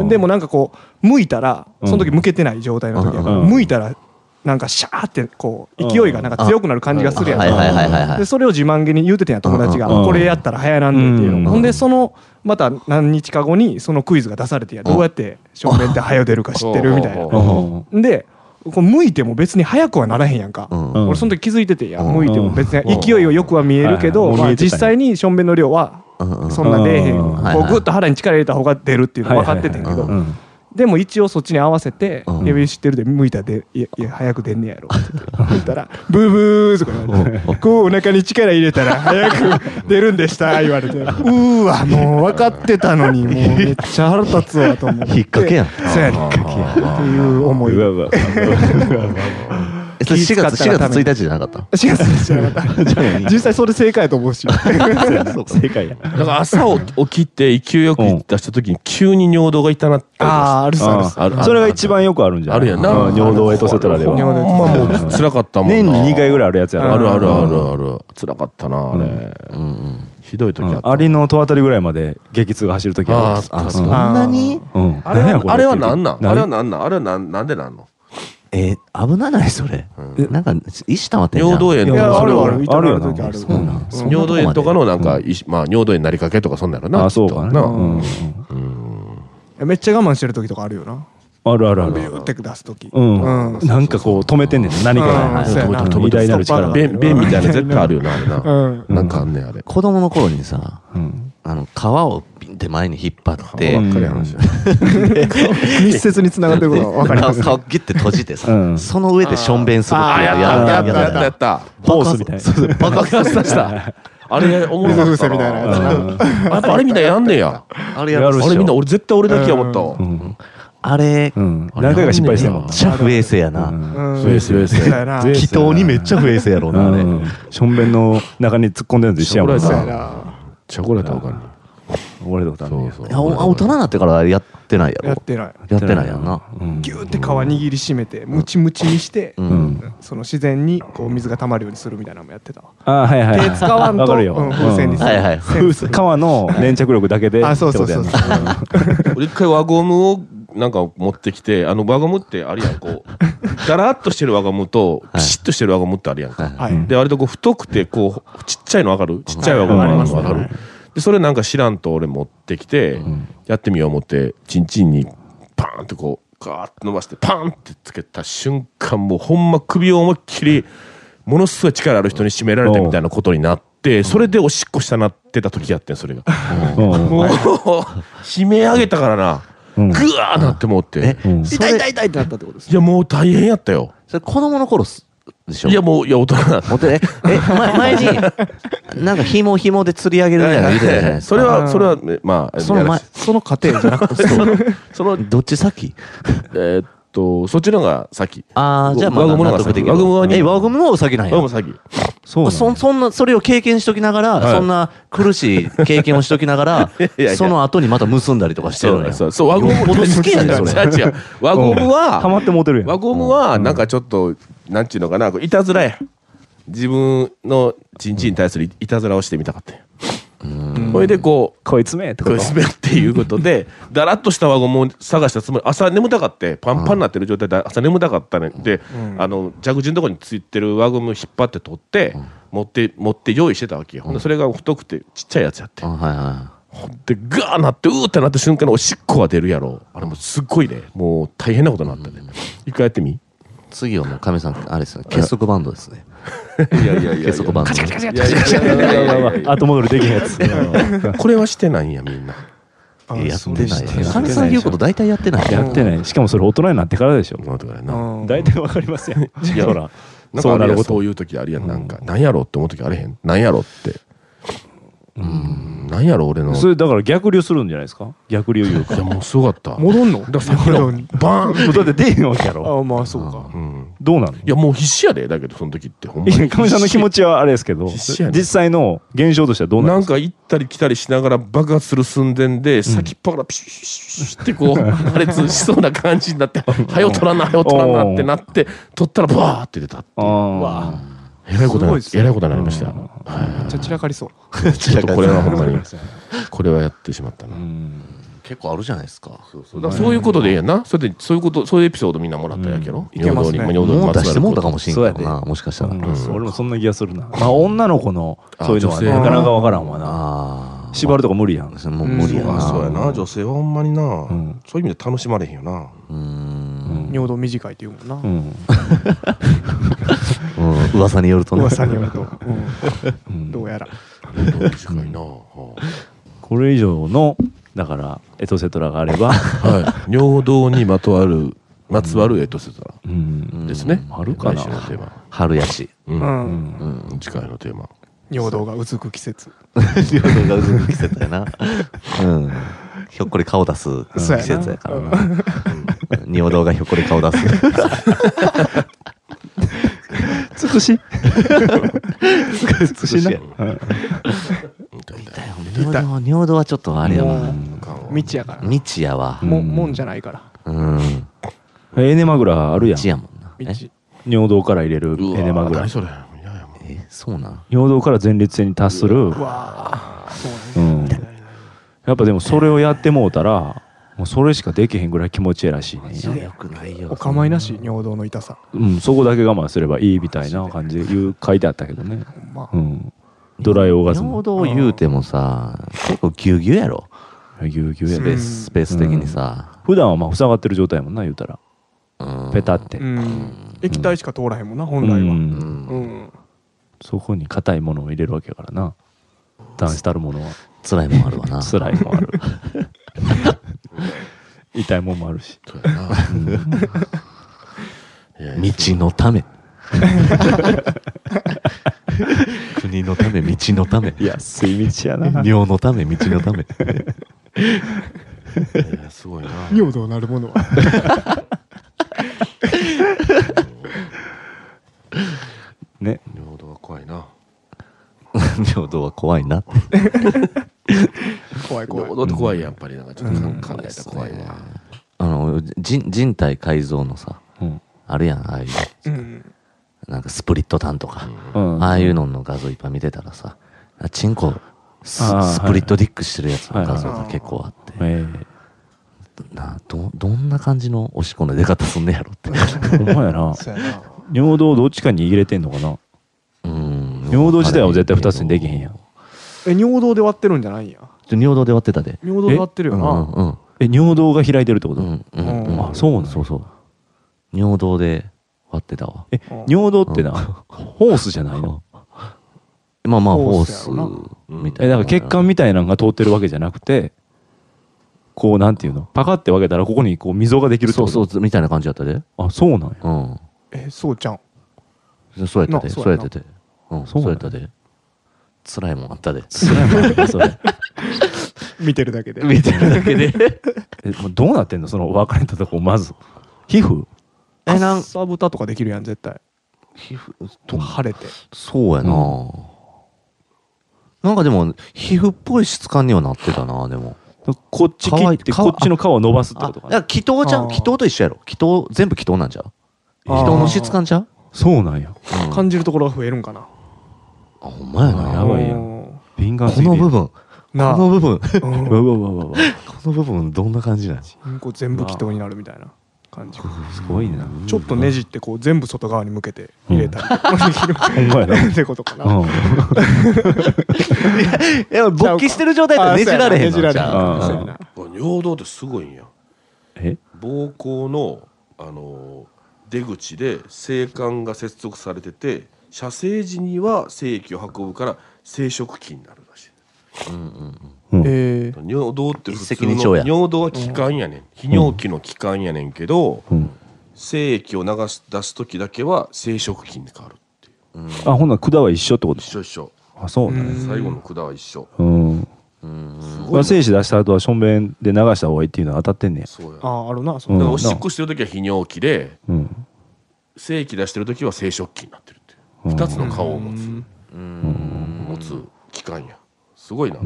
S1: ー
S2: でもなんかこう向いたら
S1: うん
S2: その時向けてない状態の時やから
S1: うん
S2: 向いたらなんかシャーってこう勢いがなんか強くなる感じがするやん
S4: はいはいはいはいは
S2: で
S4: い。
S2: それを自慢げに言うてたんや友達が
S1: うん
S2: これやったら早なんでってい
S1: う
S2: う
S1: ん
S2: のほんでそのまた何日か後にそのクイズが出されてやどうやってしょんべんって早出るか知ってるみたいな
S3: う
S1: うん
S2: でこう向いても別に早くはならへんやんか、
S4: うん
S1: うん
S2: 俺その時気づいてていや
S4: うん
S2: 向いても別に勢いはよくは見えるけ
S1: うんは
S2: ど、
S1: い
S2: ま
S1: はいもう見えて
S2: あ、
S1: たんや
S2: 実際にしょんべんの量は
S4: うんうん
S2: そんな出えへ
S1: う
S2: ん、
S1: ん
S4: はい
S2: こ
S4: は
S2: う
S4: い
S2: グッと腹に力入れた方が出るっていうの
S1: はい
S2: 分
S1: は
S2: か
S1: いはい
S2: っててんけど、
S1: うん
S2: でも一応そっちに合わせて
S4: うん
S2: 「指知ってるで向いたでいやいや早く出んねやろ」って 言ったら「ブーブー」とか言われて「こうお腹に力入れたら早く出るんでした」言われて「うーわもう分かってたのにもうめっちゃ腹立つわ」と思って
S4: 引っ掛けやん
S2: そうやねんっていう思いう
S1: わうわ
S4: えそれ4月、4月1日じゃ
S2: 気使ったらダメ
S4: なか った
S2: 違う違う違う実際それ正解やと思う し
S1: 正解や
S3: だから朝起きて勢いよく出した時に急に尿道が痛なったり
S2: ああ
S3: あ
S2: あるさあるさ
S3: あるある
S1: それが一番よくあるんじゃない
S3: あるやんな
S1: うん尿道エトセトラで
S3: ほん
S1: は
S2: 尿道
S3: まもう辛かったもんな
S1: 年に2回ぐらいあるやつやろ
S3: あるあるあるある辛かったなあれひどい時あった
S1: アリの戸あたりぐらいまで激痛が走るとき
S3: あ
S1: あ
S3: ーあ
S4: あ、
S3: そ
S4: そ
S3: うん
S4: なに
S1: うん
S3: あれ
S1: 何や
S3: は
S1: こ
S3: あれはなんなん
S1: 何
S3: あれはなんなんあれはなんなんでなんの
S4: え、危なないそれ。なんか、石溜まってんじゃん。
S3: 尿道炎
S2: いや
S3: の
S2: あ
S3: それ
S2: るあ
S3: を
S2: る
S1: あるよな
S2: 痛なる時
S1: そうなん
S2: うん
S3: 尿道炎とかのなんかいしまあ尿道炎なりかけとかそんなのな
S1: あそうか
S3: きっ
S1: な
S3: と
S1: うん
S2: めっちゃ我慢してる時とかあるよな
S1: あるあるあ
S2: ビ
S1: る
S2: ューって出す時
S1: うん
S2: うん
S1: なんかこう止めてんねん何
S2: うん
S1: か
S4: そうやな
S1: ね偉大なる力が
S3: 便便みたいな絶対あるよなあれな
S2: うん
S3: なんかあんねんあれ
S4: 子供の頃にさ、
S1: うん
S4: あの、皮をピンって前に引っ張っ
S3: ば
S4: て、
S3: っかりや話 や
S2: 密接につながってることが分かります
S4: 顔ギュッて閉じてさ、
S1: うん
S4: その上でしょんべんするっていうの
S2: あーや
S4: や
S2: っ
S4: ったた
S2: やった
S4: や
S2: や
S4: っ
S3: った
S1: ホースみたい
S4: たそうそう
S3: 爆発させた あれおもろか
S2: 水
S3: った
S2: 風船みたいなやつ
S1: な
S3: やっぱあれみんなやんねんや
S4: あれやる
S3: あ
S4: し
S3: れみんな俺絶対俺だけや思ったわ
S1: うん
S4: あれ、
S1: うん何回か失敗してんもん
S4: めっちゃ不衛生やな。
S2: うん
S3: そうですそうです
S2: そうやな
S1: ぜ
S4: 祈祷にめっちゃ不衛生やろうな、あれ。
S1: しょんべんの中に突っ込んでるのと一緒やもん
S3: しょ
S2: そう
S3: も
S2: や
S1: な
S3: ろい
S2: な
S3: チョコレートわかんない
S1: 溺れたことあるね
S4: いやおあ大人になってからやってないや
S2: や
S4: ろ
S2: っ。てない
S4: やってないやんな。
S1: うん
S2: ギューって皮握りしめてムチムチにして
S4: うん
S1: うん
S2: その自然にこう水が溜まるようにするみたいなのもやってたわ
S1: あーはいはい
S2: 手使わんと
S1: わかるよ
S2: うん風船にす
S4: はいはい
S2: る。
S1: 風船革の粘着力だけで
S2: あそうそう
S1: って
S2: そ
S1: こ
S2: う
S1: と
S2: そ
S1: や
S2: うん
S1: な
S3: 俺一回輪ゴムをなんか持ってきてあの輪ゴムってあるやん こうだらっとしてる輪ゴムとピシッとしてる輪ゴムってあるやんか、
S2: は
S1: う
S2: い
S1: ん
S3: で割とこう太くてこうちっちゃいのわかるちっちゃい輪ゴムありますわかる、でそれなんか知らんと俺持ってきて、やってみよう思ってチンチンにパーンってこうガーッと伸ばしてパーンってつけた瞬間もうほんま首を思いっきりものすごい力ある人に締められたみたいなことになってそれでおしっこしたなってた時やってんそれが。
S1: うん
S3: もう、 締め上げたからな、
S1: うん
S3: ぐわーなって思って。
S1: うん
S2: 痛い痛い痛いってなったってことです
S3: いや、もう大変やったよ。
S4: それ子供の頃すでしょ
S3: いや、もう、いや、大人な
S4: 持 ってねえ、前前に、なんか紐紐で釣り上げるみたいなの言うてたじゃないですか。
S3: それは、それは、ねまあ、
S4: その前
S3: やらしい
S2: その過程じゃなくて
S3: その、
S4: どっち先
S3: えーっと、そっちのが先。
S4: ああ、じゃあま
S3: 輪
S4: だ
S3: ゴムの方
S4: 納
S3: が
S4: 得
S3: 先
S4: できる。
S3: 輪ゴムは二
S4: え、輪ゴムは先なん
S3: 輪
S4: や
S3: ゴム。先。
S1: そうなん
S4: そ
S1: や
S4: そんな、それを経験しときながら、
S3: はい
S4: そんな苦しい経験をしときながら
S3: いやいや
S4: その後にまた結んだりとかしてる
S3: そ
S4: の
S3: うな
S4: よ。
S3: んそう、そう、輪ゴム
S4: よっぽど好きやねそれ
S3: 違う違う。輪ゴム
S1: ハ
S3: は、
S1: マってモテるやん
S3: 輪ゴムは、なんかちょっと、なんちゅうのかな、こういたずらや。自分のチンチンに対するいたずらをしてみたかったんやそれでこう、
S1: こいつめって
S3: こ
S1: こ
S3: れ
S1: と
S3: 滑るっていうこと で、だらっとした輪ゴムを探したつもり、朝眠たかって、パンパンになってる状態で、朝眠たかったねで、あの蛇口のとこについてる輪ゴムを引っ張って取って、持って、持って用意してたわけよ。ほんでそれが太くて、ちっちゃいやつやって
S4: あ。はいは
S3: ほんで、ガーなって、うーってなった瞬間におしっこが出るやろ。あれもうすっごいね、もう大変なことになったね。一回やってみ
S4: い。次はもう亀さん、あれですね、結束バンドですね。
S3: いやいやい
S4: 結束バンド。い
S3: いやいやいやいやいやいや
S1: 後戻りできへんや つ
S3: これはしてないんや、みんな。
S4: ややって
S1: そ
S4: ない
S1: うしてない
S4: よ。亀さん言うこと大体やってない。
S1: やってないしかもそれ大人になってからでしょ
S3: なんとかやな。
S2: だ
S1: 大体わかりますやん
S3: いや
S1: ほら
S3: なんか
S1: そ
S3: あ
S1: うな
S3: る
S1: る
S3: やん
S1: こ
S3: そ
S1: と
S3: ういう時あるやん。なんか、なんやろって思う時あれへん。なんやろって。うん。なんやろ俺の。
S1: そ
S3: い
S1: れだから逆流するんじゃないですか逆流いうか
S3: や、もうすごかった。
S2: 戻んの
S3: だからさっきのバーン
S1: だって出へんわけやろ
S2: ああ、まあそうか。
S3: うん。
S1: どうなんの
S3: いや、もう必死やで。だけど、その時って。ほんま
S1: い
S3: に。
S1: や亀さんの気持
S3: ち。
S1: ちはあれですけど
S3: 必死やね
S1: 実際の現象としてはどうな
S3: なんん
S1: ですか
S3: か行ったり来たりしながら爆発する寸前で、先っぽからピシュシュシュシュってこう、破裂しそうな感じになって、はよ取らな、はよ取らなってなって、取ったらバーって出たっていう。
S1: あ
S3: えらいこと
S2: すご
S3: な、
S2: いっすね
S3: えらいことになりました。
S2: めっちゃ散らかりそう。
S3: ちょっとこれはほんまに、これはやってしまったな
S1: ーう。ん
S4: 結構あるじゃないですか。
S3: そうだからそういうことでええやんな。それで、そういうこと、そういうエピソードみんなもらったやけど。
S2: いけますね
S3: 尿道に
S4: もう出してもうたかも
S3: し
S4: しれん
S1: そ
S4: け
S1: う
S4: ど
S1: や
S4: な、もしかしたら。
S1: うん俺もそんな気がするなまあ女の子の
S3: あ
S1: そういうのはね
S3: 女性
S1: なかなかわからんわな
S4: ああ。
S1: 縛るとか無理やん
S4: もう無理や
S3: まあ、
S4: な。
S3: そうやな。女性はほんまにな、
S1: ん
S3: そういう意味で楽しまれへんよな。
S4: うーん。
S2: 尿道短いって言うもん
S1: う
S2: な。
S1: ん
S4: うん噂によるとね。
S2: 噂によると。うんどうやら。
S3: 運動短いな。は
S1: これ以上のだからエトセトラがあれば
S3: あはい。尿道にまとわる、まつわるエトセト
S1: う
S3: ラ
S1: ん
S3: ですね。
S1: あるかな
S3: 来週のテーマ。
S4: 春や し。
S3: う。
S2: うんん。
S3: うん。次回のテーマ。
S2: 尿道がうつく季節。
S4: 両手がうずく季節やな。うん。ひょっこり顔出す季
S2: そうやな
S4: 節やからな。うん尿道がひょっこり顔出す。
S1: つくしつくしな
S4: つく
S1: うん
S4: 尿道尿道はちょっとあれやわ。
S2: 道やから。
S4: 未知やわ。
S2: も、もんじゃないから。
S4: うん。
S1: エネマグラあるやん
S4: 未知やもんな。
S2: 道。
S4: え
S1: 尿道から入れる
S3: うわ
S1: エネマグラ
S3: 何それ。いやいやもう
S4: え、そうなん。
S1: 尿道から前立腺に達する
S2: うわあ。そうなんだ
S1: うんやっぱでもそれをやってもうたらもうそれしかできへんぐらい気持ちいいらしいねんや
S4: よくないよ
S2: お構いなし尿道の痛さ。
S1: うん、そこだけ我慢すればいいみたいな感じで言う書いてあったけどね、
S2: ま
S1: う
S2: あ、
S1: ん、ドライオーガズム
S4: 尿道言うてもさ、結構ギュギュやろ。
S1: ぎゅうぎゅうや
S4: スペ
S1: で
S4: ース、スペース的にさ。
S1: 普段はまあ塞がってる状態やもんな言うたら
S4: うん
S1: ペタって、
S2: うん。液体しか通らへんもんな、本来
S1: う
S2: は。
S1: ん
S2: うん。
S1: そこに硬いものを入れるわけやからな男子たるものは
S4: 辛いもんあるわな。
S1: 辛い もある痛いもんもあるし
S3: そうやな。いやい
S4: 道
S3: や
S4: のため国のため道のため
S1: いや水道やな
S4: 尿のため道のため
S3: いや、すごいな。
S2: 尿道なるものは。
S1: ね
S3: 尿道は怖いな。
S4: 尿道は怖いなって
S2: 怖い怖い
S3: 尿。道って怖い、やっぱり。なんかちょっと考えたら怖いわ。
S4: あのじん人体改造のさ
S1: うん、
S4: あるやんああいう
S2: うん。
S4: なんかスプリット弾とか、
S1: うん、
S4: ああいうのの画像いっぱい見てたらさあチンコス
S1: あーはい
S4: スプリットディックしてるやつの画像
S2: はい
S4: が
S2: はい
S4: 結構あって、
S1: え
S4: などどんな感じのおしっこの出方すんねやろって
S1: えほんまや な
S2: そうやな。
S1: 尿道どっちかに入れてんのかな
S4: うん
S1: 尿道自体は絶対二つにできへんやん
S2: え、尿道で割ってるんじゃないんや。
S4: ちょ尿道で割ってたで
S2: 尿道で割ってるよ
S4: うん
S2: な。
S4: うん
S1: え尿道が開いてるってこと、
S4: うんうん
S2: う
S4: うんん、
S1: あそうなんや
S4: そうそう尿道で割ってたわ
S1: え
S2: うん
S1: 尿道ってな、ホースじゃないの
S4: まあまあ
S2: ホ
S4: ホ
S2: ー
S4: ー
S2: ス
S4: ス
S2: やろな
S4: みたい
S1: え
S4: な
S1: だから血管みたいなのが通ってるわけじゃなくてこうなんていうのパカって分けたらここにこう溝ができるって
S4: そ
S1: こ
S4: う
S1: と
S4: そうみたいな感じやったで
S1: あそうなんや
S4: うん
S2: え、そうちゃん。
S4: そうやったで
S2: な
S4: そうやったでうん
S1: そ
S4: そうう
S1: なん
S4: や
S1: や
S4: ったで辛いもんあったで
S1: それはまあそれ
S2: 見てるだけで。
S4: 見てるだけで
S1: えもうどうなってんのその分かれたとこまず皮膚
S4: え、な
S2: かっ
S4: ん、
S2: さぶたとかできるやん絶対
S4: 皮膚、と
S2: 晴れて
S4: そうやな、なんかでも、皮膚っぽい質感にはなってたな、でも。
S1: こっち切って
S4: 皮皮
S1: こっちの皮を伸ばすって
S4: あ、
S1: こ
S4: い
S1: とかな
S4: や、祈祷じゃ
S2: あ
S4: ん。
S2: ー
S4: 祈祷と一緒やろ。祈祷、全部祈祷なんじゃう
S2: あー
S4: 祈祷の質感じゃう
S1: そうなんや
S2: 感じるところが増えるんかな
S4: あ、ほんまやな。
S1: やばいやん
S2: うん
S1: 敏感
S4: こ
S1: すぎ
S4: の
S1: て
S4: 部分、こ
S2: なあ
S4: の部 分、こ
S2: うん
S1: うわうわうわうわ
S4: の部分、どんな感じなん
S2: チンコ全部気筒になるみたいな感じ
S1: すごいな
S2: ちょっとねじってこう全部外側に向けて入れたりとかできる
S1: ほんまやな
S2: ってことかな
S1: うん
S4: いや、勃起してる状態でねじられへん
S2: あそうやなねじられへん
S1: の
S2: か
S1: ん
S2: らそうやな
S3: 尿道ってすごいんや
S1: え
S3: 膀胱の、あのー出口で性管が接続されてて射精時には精液を運ぶから生殖器になるらしい
S2: えー
S3: 尿道って普通
S4: 一石二鳥
S3: の
S4: や
S3: 尿道は気管やねん泌尿器の気管やねんけど、
S1: うん
S3: 精液を流し出す時だけは生殖器に変わるっていう
S1: あほんなら管は一緒ってこと
S3: 一緒一緒
S1: あそう
S2: う
S1: なん
S2: ん
S1: や
S3: 最後の管は一緒
S1: うん
S3: すご
S1: ま
S3: い
S1: あ
S3: な
S1: 精子出した後はしょんべんで流した方がいいっていうのは当たってんねや
S3: そうやだか
S2: ああるなそん
S1: う
S2: な
S1: な
S3: らおしっこしてる時は泌尿器で
S1: うん
S3: 精液出してる時は生殖器になってるって
S1: うん
S3: いう2つの顔を持つ
S2: うん
S3: 持つ器官やすごいな、
S4: う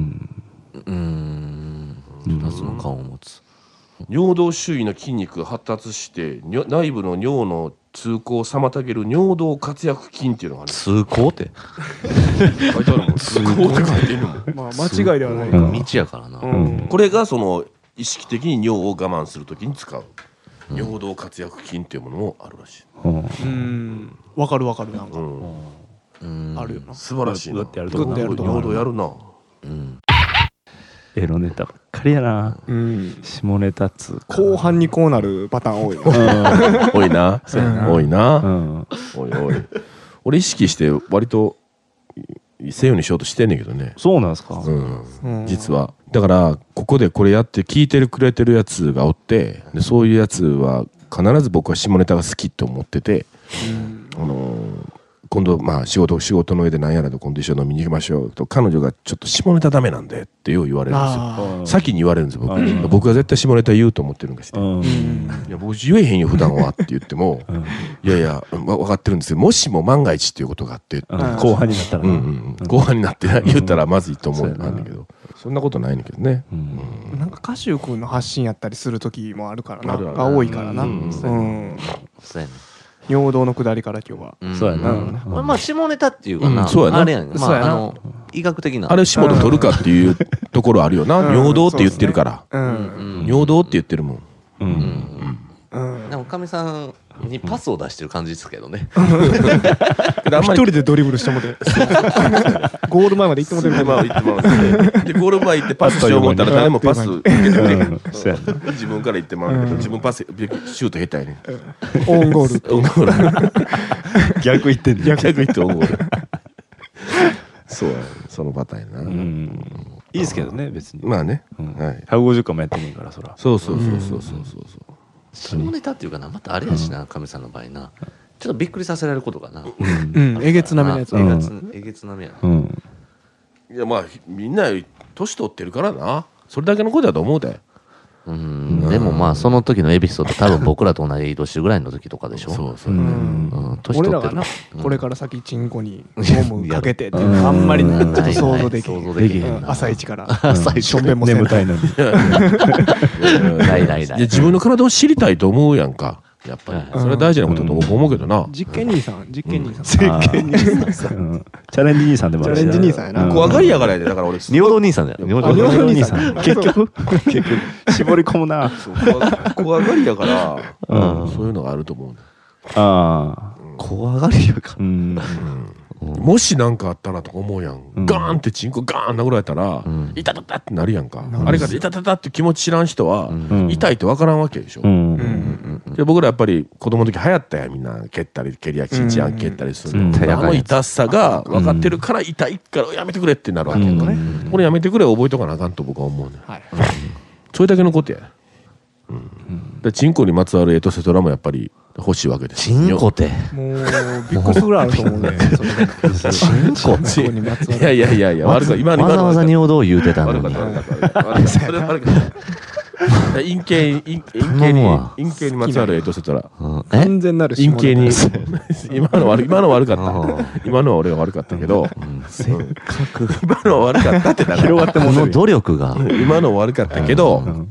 S4: ーん。二つの顔を持つ。
S3: 尿道周囲の筋肉が発達して尿内部の尿の通行を妨げる尿道活躍筋っていうのがある
S4: 通行って。
S3: 書いてあるもん通行って書いてるもん
S2: まあ間違いではない
S1: うん
S2: か
S4: 道やからな。
S2: うん
S3: これがその意識的に尿を我慢するときに使う尿道活躍筋っていうものもあるらしい、
S1: うん
S2: うんわかるわかるなん
S3: う
S2: か
S3: ん
S4: うん
S2: あるよな
S3: 素晴らしいな
S1: どうやってやると
S2: こ
S3: 尿道やるな
S1: エロネタばっかりやな
S2: うん
S1: 下ネタっつうか
S2: 後半にこうなるパターン多いよ
S3: 多いな多いな
S1: うん
S3: 多い多い俺意識して割と西洋にしようとしてんねんけどね
S1: そうなんすか
S3: うん
S2: うん
S3: 実はだからここでこれやって聞いてるくれてるやつがおってでそういうやつは必ず僕は下ネタが好きって思ってて、あのー今度まあ仕事仕事の上で何やらと今度一緒に飲みに行きましょうと彼女がちょっと下ネタダメなんでってよう言われるんですよ
S2: あ
S3: 先に言われるんですよ
S1: あー
S3: 僕僕は絶対下ネタ言うと思ってるんです
S1: う
S3: よ
S1: ん
S2: うん
S3: いや僕言えへんよ普段はって言ってもいやいやわ分かってるんですけどもしも万が一っていうことがあって
S1: うん後半になったら
S3: う
S1: なん
S3: うんうん、後半になってな言ったらまずいと思
S1: そ
S3: う
S1: うやな
S3: なんだけどそんなことないねんだけどね、
S1: うん
S2: なんか歌手君の発信やったりする時もあるからな
S3: あるある
S2: が多いからなう
S3: うん
S2: ん
S4: そうやね
S2: 尿道の下りから今日は
S4: ん
S1: そうやな
S4: うんまあまあ、下ネタっていうか
S3: う
S4: な。
S3: んそうやな
S4: あれやねま
S2: そうや
S4: あ、
S2: な
S4: あの、医学的な。
S3: あれ下で取るかっていうところあるよな、
S2: うん
S3: 尿道って言ってるから、
S2: うん
S3: 尿道って言ってるもん
S1: うん
S2: うん
S4: なんかおかみさんにパスを出してる感じですけどね。
S3: あん
S2: 一
S3: まり
S2: 人でドリブルしてもて ゴール前まで行ってもてる
S3: まあ言ってもらってでゴール前行ってパスしよう思ったら誰もパス受けてくれへん
S1: うんそうやな
S3: 自分から言ってもらうけど自分パスシュート下手やねん
S2: オウンゴール
S3: オウンゴール
S1: 逆言ってんね
S3: 逆行ってオウンゴールそうやねそのパターンや
S1: う
S3: な、
S1: んいいですけどね別に
S3: まあね、
S1: ん
S3: はい
S1: 150回もやってんねえからそら
S3: そうそうそうそうそうそう
S4: 下ネタっていうかな、またあれやしな、かみさんの場合な。ちょっとびっくりさせられることがな。
S2: うんえげつなめのやつ
S4: あえがつえげつなめやな。
S1: うん
S3: いやまあひみんなより年取ってるからなそれだけのことだと思うで
S4: うん、でもまあその時のエピソード多分僕らと同じ年ぐらいの時とかでしょ
S3: そうそうう、
S1: ん
S4: うん、年
S2: 俺
S4: 取
S2: ら
S4: って
S2: が
S4: る
S2: な
S4: うん
S2: これから先チンコにゴムかけてっていう
S1: い
S2: の
S1: や
S2: あんまり
S4: う
S2: なちょ
S4: ん
S2: っと想像でき
S4: ないない想
S2: ん
S4: 像できへん
S2: うん
S4: な
S2: 朝一から
S4: 朝一
S2: しょんべんもせん
S1: 眠たいのに
S4: ないない
S3: い
S4: な
S3: や
S4: い
S3: 自分の体を知りたいと思うやんかやっぱり
S4: はい
S3: それは大事なことだと思うけどな、
S2: 実験兄さん実験兄さん
S1: あーうんチャレンジ兄さんでもあるしな
S2: チャレンジ兄さんやな
S1: う
S3: 怖がりやがらやでだから俺
S4: 仁王堂兄さんだよ仁王
S2: あ
S4: 堂
S2: 仁王堂兄さん
S1: 結局結局絞り込むな
S3: そう怖怖がりやから、
S1: うん
S3: そういうのがあると思うね、
S1: ああ
S4: 怖がりやか
S1: うん
S3: もし何かあったらとか思うやん、
S1: うん
S3: ガーンってチンコガーン殴られたら、
S4: ん
S3: 痛たたってなるやんか、あれから痛たたって気持ち知らん人は、
S1: ん
S3: 痛いって分からんわけでしょ、
S1: うん
S3: で僕らやっぱり子供の時流行ったやんみんな蹴ったり蹴りやチンチン蹴ったりするの、
S1: うん
S3: あの痛さが分かってるから痛いからやめてくれってなるわけやんか、これやめてくれ覚えとかなあかんと僕は思うねん
S2: はい
S3: それだけのことや。うん。で、チンコにまつわるエトセトラもやっぱり欲しいわけです
S4: チンコって
S2: もうびっくりするぐらいあると思うねそれ
S4: チンコ
S2: チンコにまつわ
S3: い
S2: る
S3: やいやいやいや、悪かった。今の
S4: わざわざ
S3: に。
S4: 仁王堂言うてたの
S3: 悪かっ
S4: に
S3: た、悪かった悪かった。悪かったそれは悪かっ陰形に、陰陰形
S4: 頼む
S3: に、
S4: わ
S3: 陰形にまつわるエイトしてたら、
S4: うんえ
S2: 完全なる下
S3: 陰
S2: ネタ
S3: 形に
S2: です、
S3: 今の悪い、今の悪かっ
S4: あ
S3: た。今のは俺が悪かったけど、
S4: うんせっかく、こ
S3: 今のは悪かったってなる。
S4: の努力が、
S3: 今のは悪かったけど、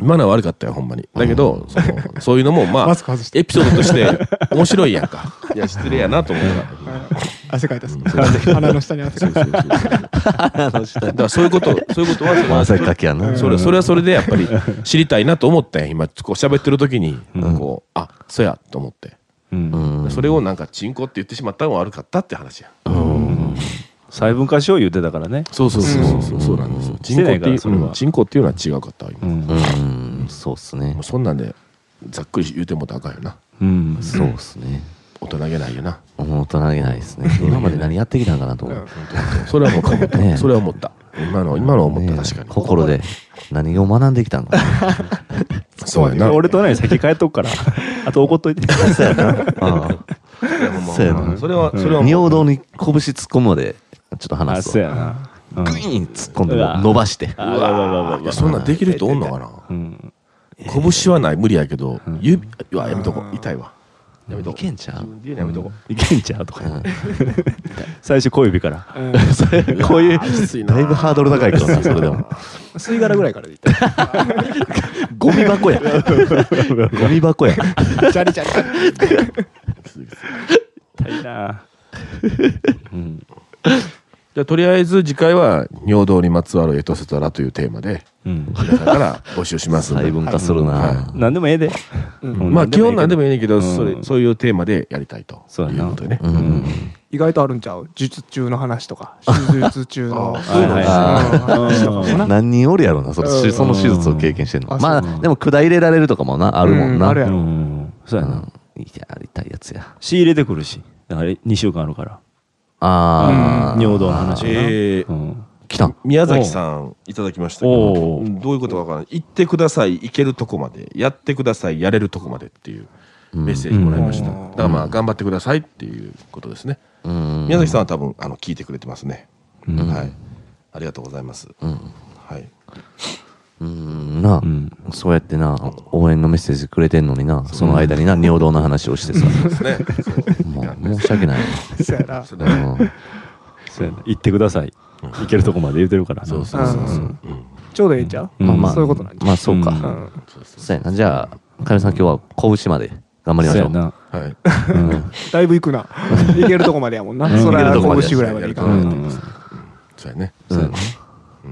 S3: 今のは悪かったよ、ほんまに。だけど、そのそういうのも、ま
S2: マ
S3: あ
S2: ス、ク外して
S3: エピソードとして面白いやんか。いや、失礼やなと思うから。
S2: 汗かいたっす鼻の下に汗かい
S3: そうそ
S2: た
S3: うそう
S4: あの下
S3: だからそういうこと、そういうことはそ
S4: まあ
S3: の、
S4: 汗っかきやな。
S3: それそれはそれでやっぱり知りたいなと思ったんや今、こう喋ってる時に、こう、あ、そうやと思って。
S1: うん
S4: うん
S3: それをなんか、チンコって言ってしまったのが悪かったって話やん。
S1: 細分化しよう言ってたからね
S3: そうそうそうそう、そうなんですよ。チンコっていう、うんチンコっていうのは違うかったわ、今。
S1: うん
S4: うん、そうっすね
S3: もう。そんなんで、ざっくり言うても高いよな。
S1: うん
S4: そうっすね。
S3: 大人げないよ な。
S4: 大人げないですね。今まで何やってきたんかなと思う。
S3: それは思った。
S4: ねえ
S3: それは思った。今の、今のは思った、
S4: ね
S3: 確かに。
S4: 心で何を学んできたんかな。
S3: そうやな。
S1: 俺とね先帰っとくからあと怒っといて
S4: そう やな。うん
S3: いやほんま
S4: そうやな
S3: それは、それはもう、
S4: 尿道に拳突っ込むまで、ちょっと
S1: あ
S4: 話す
S1: そう
S4: わ。
S1: やなうん
S4: グイーン突っ込んで
S1: うわ
S4: 伸ばして。
S1: あわわわわ
S3: いやそんなんできる人おんのかな
S1: うん
S3: 拳はない、無理やけど、指、うわ、やめとこう。痛いわ。やめと
S4: い
S3: こ
S4: けんちゃう
S3: う。自分でやめとこ
S1: いけんちゃうとか
S4: う
S1: 言うん最初小指から
S2: うん
S3: う。
S4: こういう
S3: わーきついな
S4: だいぶハードル高いけどな、それでも。
S2: 吸い殻ぐらいからでいった
S4: ゴミ箱や。ゴミ箱や。
S2: ジャリジャリ
S1: 痛いなうん
S3: じゃあとりあえず次回は尿道にまつわるエトセトラというテーマで
S1: うん
S3: 皆さんから募集しますんで
S4: 細分化するな。
S1: 何でもええでうん
S3: まあ基本なんでも
S1: え
S3: いいねんけど、
S1: うん
S3: それそういうテーマでやりたいと
S1: そうやな
S3: いうことでね、
S4: うん
S2: 意外とあるんちゃう術中の話とか手術中の
S1: えではい
S2: うん
S1: はい
S2: 話とかもな
S4: 何人おるやろな、それ
S2: うん
S4: その手術を経験してんの。
S2: あ
S4: ま
S2: そう
S4: あ、でも砕入れられるとかもな、あるもん
S2: うん
S4: な。
S2: あるや
S1: う
S2: ろ
S1: んそうや
S4: う
S1: なん
S4: いや、やりたいやつや。
S1: 仕入れてくるしだから2週間あるから
S4: ああ。
S1: 尿道の話もな
S3: えー
S1: うん
S4: 来たん。
S3: 宮崎さんいただきましたけど
S1: おー
S3: うんどういうことかわからない行ってください行けるとこまでやってくださいやれるとこまでっていうメッセージもらいました、
S2: うん
S3: だからまあ頑張ってくださいっていうことですね、
S4: うん
S3: 宮崎さんは多分あの聞いてくれてますね、
S1: うん
S3: はいありがとうございます、はい
S4: うんなあ、
S1: ん
S4: そうやってな、応援のメッセージくれてんのにな、その間にな、尿道の話をしてさ、
S3: ですね
S4: もう申し訳ないわ。
S2: そうやな
S3: そう
S4: う
S3: だね
S4: ん
S1: そうやな行ってください行けるとこまで言うてるからな
S3: そうそうそうそううん
S2: ちょうどいいんちゃう
S1: うん
S4: まあ
S2: そういうことなんじゃ
S4: まあそうか。
S1: うん
S2: うん
S4: そうやな。じゃあ、かみさん今日は拳まで頑張り
S1: そ
S4: ま
S1: う
S4: しょ
S1: や
S4: う。
S1: な
S3: はい
S1: うん
S2: だいぶ行くな。行けるとこまでやもんな。そ
S4: 行ける
S2: ら
S4: とこまで
S2: 拳ぐらいまで行かない。
S1: うん
S3: そうやね。
S4: うん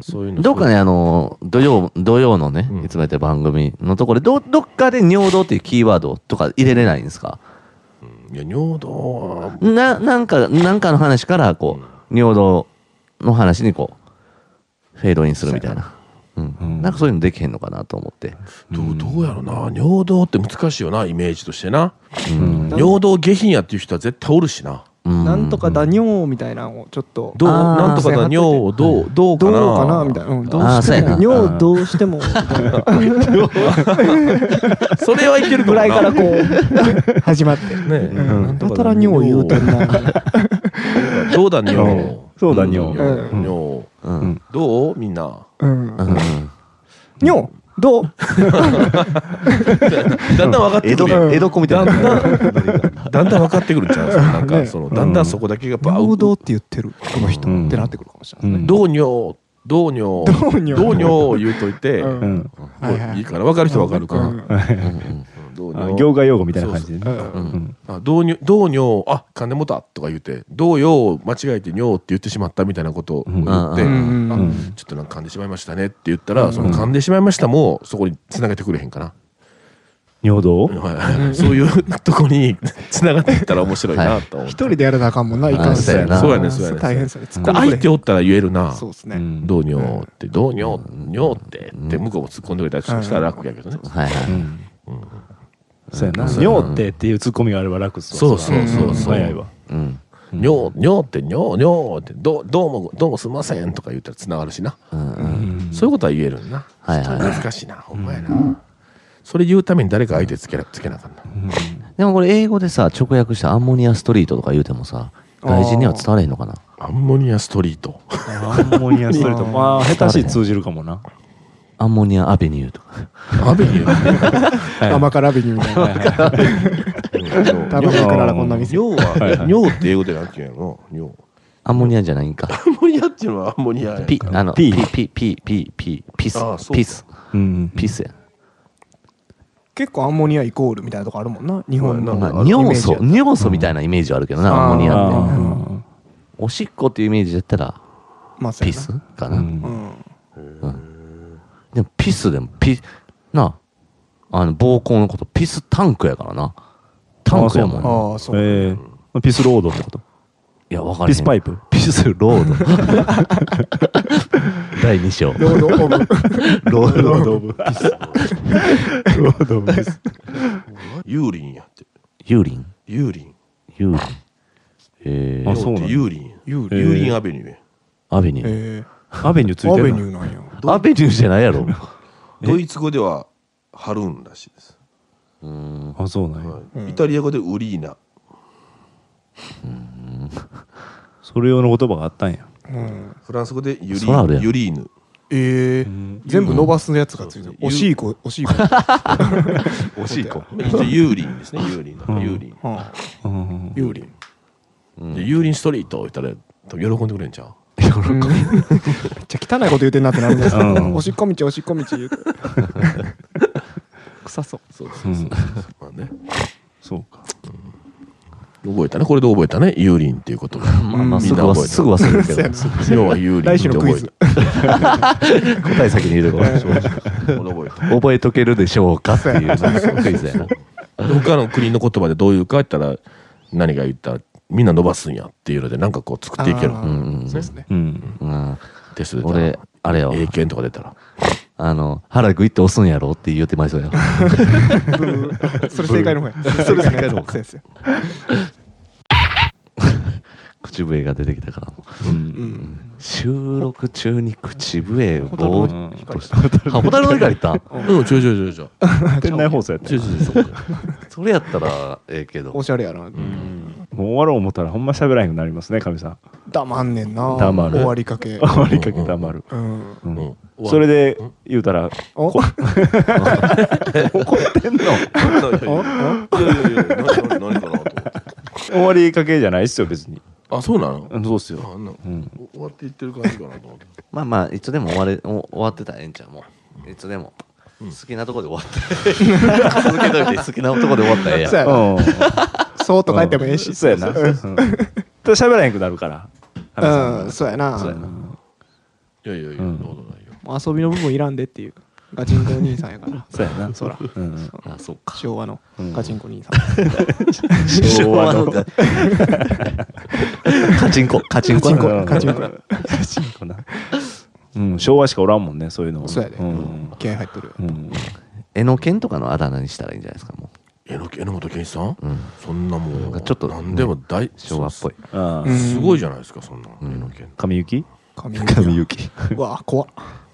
S3: そういう
S4: どっかね、あの、土曜、土曜のね
S3: うん、
S4: いつもやってる番組のところで、ど、どっかで尿道っていうキーワードとか入れれないんですか
S3: いや、尿道は、
S4: な、なんか、なんかの話から、こう、尿道の話にこう、フェードインするみたいな。うん。なんかそういうのできへんのかなと思って。
S3: どう、どうやろな。尿道って難しいよな、イメージとしてな。
S1: うん
S3: 尿道下品やっていう人は絶対おるしな。
S4: うん
S2: なんとかだにょーみたいなのをちょっと。
S3: どう、
S4: あー
S3: なんとかだ、尿をどう、どう
S2: ど
S3: か
S2: う
S3: な。
S2: かなみたいな。うんどう
S4: あー
S2: しても。
S4: そうやな
S2: 尿どうしても。みたいな
S3: それはいける
S2: ぐらいからこ
S3: う。
S2: う、始まって。
S3: ね
S2: う
S3: なんん
S2: や
S3: と
S2: た
S3: からだ
S2: 尿言うてんな。
S3: どうだ、尿。
S1: そうだ
S3: 尿
S1: 尿
S2: うん
S3: 尿。
S4: うん。
S3: どうみんな。
S2: うん
S4: う。ん。
S2: 尿どう
S3: だんだん分かって
S4: 江
S3: く
S4: 戸、
S3: るやん。
S4: 江戸っ子みたい
S3: だん
S4: な。
S3: だん、だんだん分かってくるんちゃうなんか、その、だんだんそこだけがバ
S2: 尿
S3: ウ
S2: 道って言ってる、この人
S1: うん
S2: ってなってくるかもしれない。
S3: どう尿、どう尿、
S2: どう尿
S3: どう尿言うといて、
S2: うん
S1: うん
S2: はいはい
S3: いいから分かる人は分かるから。どう
S1: あ
S3: 尿
S1: 業界用語みたいな感じで
S2: う
S1: ね
S2: ん
S4: う
S1: う
S4: ん
S1: ん
S3: あどうにどうにょうあ金持たとか言ってどうよう間違えてにょうって言ってしまったみたいなことを言って、
S4: う
S2: うんうん
S1: ん
S3: ちょっとなんか噛んでしまいましたねって言ったら、その噛んでしまいましたもそこに繋げてくれへんかな、
S1: 尿道
S3: はいそういうとこに 繋がっていったら面白いなと思って、
S2: 一人でやらなあかんもんな、いかんせん
S4: あ
S3: そうやなそうやねそうやね
S2: 大変そうやね。突っ込んでく
S3: 相
S2: れ
S3: 手おったら言えるな
S2: そうです
S1: う
S2: ね。
S1: ん
S3: どうにょうってどうにょうにょうってって向こうも突っ込んでくれたりしたら楽やけどね、
S4: はいは
S1: う
S4: い。
S1: んそうやな尿ってっていうツッコミがあれば楽っすわ
S3: そうそうそうそう
S1: 早いわ
S4: うん。
S3: にょうにょうってにょうにょうってどうどうもどうもすいませんとか言ったら繋がるしな
S4: うんうん。
S3: そういうことは言えるな。
S4: はいはい
S3: 難しいな、ほんまやな。それ言うために誰か相手つけなつけなあかんな。
S4: でもこれ英語でさ、直訳してアンモニアストリートとか言うてもさ、外人には伝われへんのかな
S3: アンモニアストリート。
S1: アンモニアストレートまあ下手し通じるかもな
S4: アンモニアアベニューと か。
S3: アベニュー
S1: はい
S2: 甘辛ビニみたいな。
S3: うん
S2: 多分からこんな店。
S3: 尿
S1: はいは
S3: は、
S1: い
S3: 尿って英語でなんて言うんやろな尿。
S4: アンモニアじゃないんか。
S3: アンモニアっていうのはアンモニアやん
S4: ピ、あの、
S1: ピ
S4: ピ、ピ、ピ、ピ、ピ、ピス
S3: ああそうか。
S4: ピス。
S1: うん
S4: ピスや。
S2: 結構アンモニアイコールみたいなとこあるもんな。日本
S3: うん
S4: まあ
S2: の。
S4: 尿素、尿素みたいなイメージはあるけどな、アンモニ
S1: あ
S4: アって。
S1: ー
S4: おしっこっていうイメージだったら、
S2: まあそう
S4: ピ
S2: やな
S4: スか
S1: う
S4: な。
S1: ん
S2: うん。
S4: でもピスでもピ、なあ、あの、膀胱のこと、ピスタンクやからな。タンクやもんな。
S2: ああ、そう。
S1: えーピスロードってこと
S4: いや、わかる。
S1: ピスパイプ
S4: ピスロード。第2章。
S2: ロードオ
S4: ロ
S2: ブ
S4: ード。
S1: ド・オブ・ピスロード・オブ・ピス
S3: ユーリンやって。
S4: ユーリン。
S3: ユーリン。
S4: ユーリン。え
S1: あ
S4: ー、
S1: そうなんだ
S3: ユーリンや。ユーリン。ユーリンアベニューや。
S4: アベニュー。
S2: え
S1: アベニューつ
S2: ー
S1: い
S2: ア
S1: て
S2: ベ
S1: る
S2: ニ
S1: の
S2: ューなんや。
S4: アベニューじゃないやろ。
S3: ドイツ語ではハルーンらしいです。
S4: うーん。
S1: あそうなんや
S3: はいイタリア語でウリーナ。
S1: それ用の言葉があったんや
S2: うん
S3: フランス語でユリ
S4: そらあるやん
S3: ユリーヌ。
S2: ええ全部伸ばすやつがついてる。
S3: うん
S2: おしいこ、おしいこ。
S4: おしいこ。
S3: 一応ユーリンですね。ユーリンだから。ユーリン。
S2: うん
S1: うん
S2: ユーリン。
S3: でユーリンストリート言ったら多分喜んでくれんちゃう
S2: うんめっちゃ汚いこと言うてんなってなるんです
S1: うん
S2: おしっこ道、おしっこ道言うて。臭そう。
S3: そうそうそう。まあね。
S1: そうか
S3: 覚えたね。これで覚えたね。ユーリンっていうことが。
S4: まあまあ、
S3: み
S4: す
S3: ん
S4: ぐ
S3: な
S4: 忘
S3: 覚え
S4: れ
S3: た
S4: すぐ忘れるけど。
S3: 要はユーリン
S2: 来週のクイズ。
S4: 答え先に言うとこ
S3: 覚えた。これ覚えた。
S4: 覚えとけるでしょうかっていうクイズやな。
S3: で他の国の言葉でどういうか言ったら何が言ったらみんな伸ばすんやっていうのでなんかこう作っていける
S2: あ
S4: う
S2: ー
S4: ん
S2: そうですね。
S1: うん
S4: うん。うん。
S3: テスト出た
S4: 俺
S3: ら、
S4: あれやわ。
S3: 英検とか出たら
S4: あの、腹グイッと押すんやろって言うてまいそうや。
S2: それ正解の方や。それ正解の方や。
S4: 口笛が出てきたから。
S2: うん。
S4: 収録中に口笛を
S2: 蛍の
S4: ぼーっとした。あ、ホタルの光行った
S3: うんちょいちょいちょいちょい
S1: 店内放送やった
S3: ちょ
S1: ん
S3: い
S1: や
S3: ちょいちょい
S4: それやったらええけど
S2: お。しゃれやな。
S1: もう終わろう思ったらほんま喋らへんくなりますねかみさん
S2: 黙んねんな。
S1: 黙る
S2: 終わりかけ。
S1: 終わりかけたまる
S2: うん。
S1: うん
S3: うん
S1: それで言うたら
S2: お お
S1: 怒ってんの
S3: いやいやいや何何何かなと思って
S1: 終わりかけじゃないっすよ別に
S3: あそうなの
S1: うんそうっす
S3: あ
S1: よ
S3: なんか
S1: うん
S3: 終わっていってる感じかなと思って
S4: まあまあ、いつでも終われ、お終わってたらええんちゃうもう。いつでも。好きなとこで終わって。 続けといて好きなとこで終わったらええやん
S2: そうやな。
S1: うん
S2: そうと書いてもええ
S1: うん
S2: し。
S1: そうやなうんただ喋らへんくなるからかみさんは
S2: うん、そうやな。
S1: そうやない
S3: やいやいやそ
S1: うん
S3: んなことないよ
S2: もう遊びの部分いらんでっていう。ガチンコお兄さんやから。
S1: そうやな
S2: そら。
S1: うん
S4: あ、そっか。
S2: 昭和の
S1: うん
S2: ガチンコ兄さん。
S1: 昭和の
S4: カチンコ、 カチンコ。
S1: うん
S2: ガチンコや。
S1: ガチンコなうん昭和しかおらんもんねそういうの
S2: そうやで
S1: ん
S2: 気合入っとる。
S1: うん
S4: えのけんとかのあだ名にしたらいいんじゃないですか、も
S3: えの榎本健一さん
S4: う。うん。
S3: そんなもう
S4: ちょっと
S3: 何でも大
S4: 昭和っぽい。
S1: あ
S2: う
S1: あ
S2: ん
S3: すごいじゃないですかそんなの
S4: うん
S3: 榎本健
S1: 神行き
S2: 髪
S4: 神ゆき。
S2: うわ、怖っ。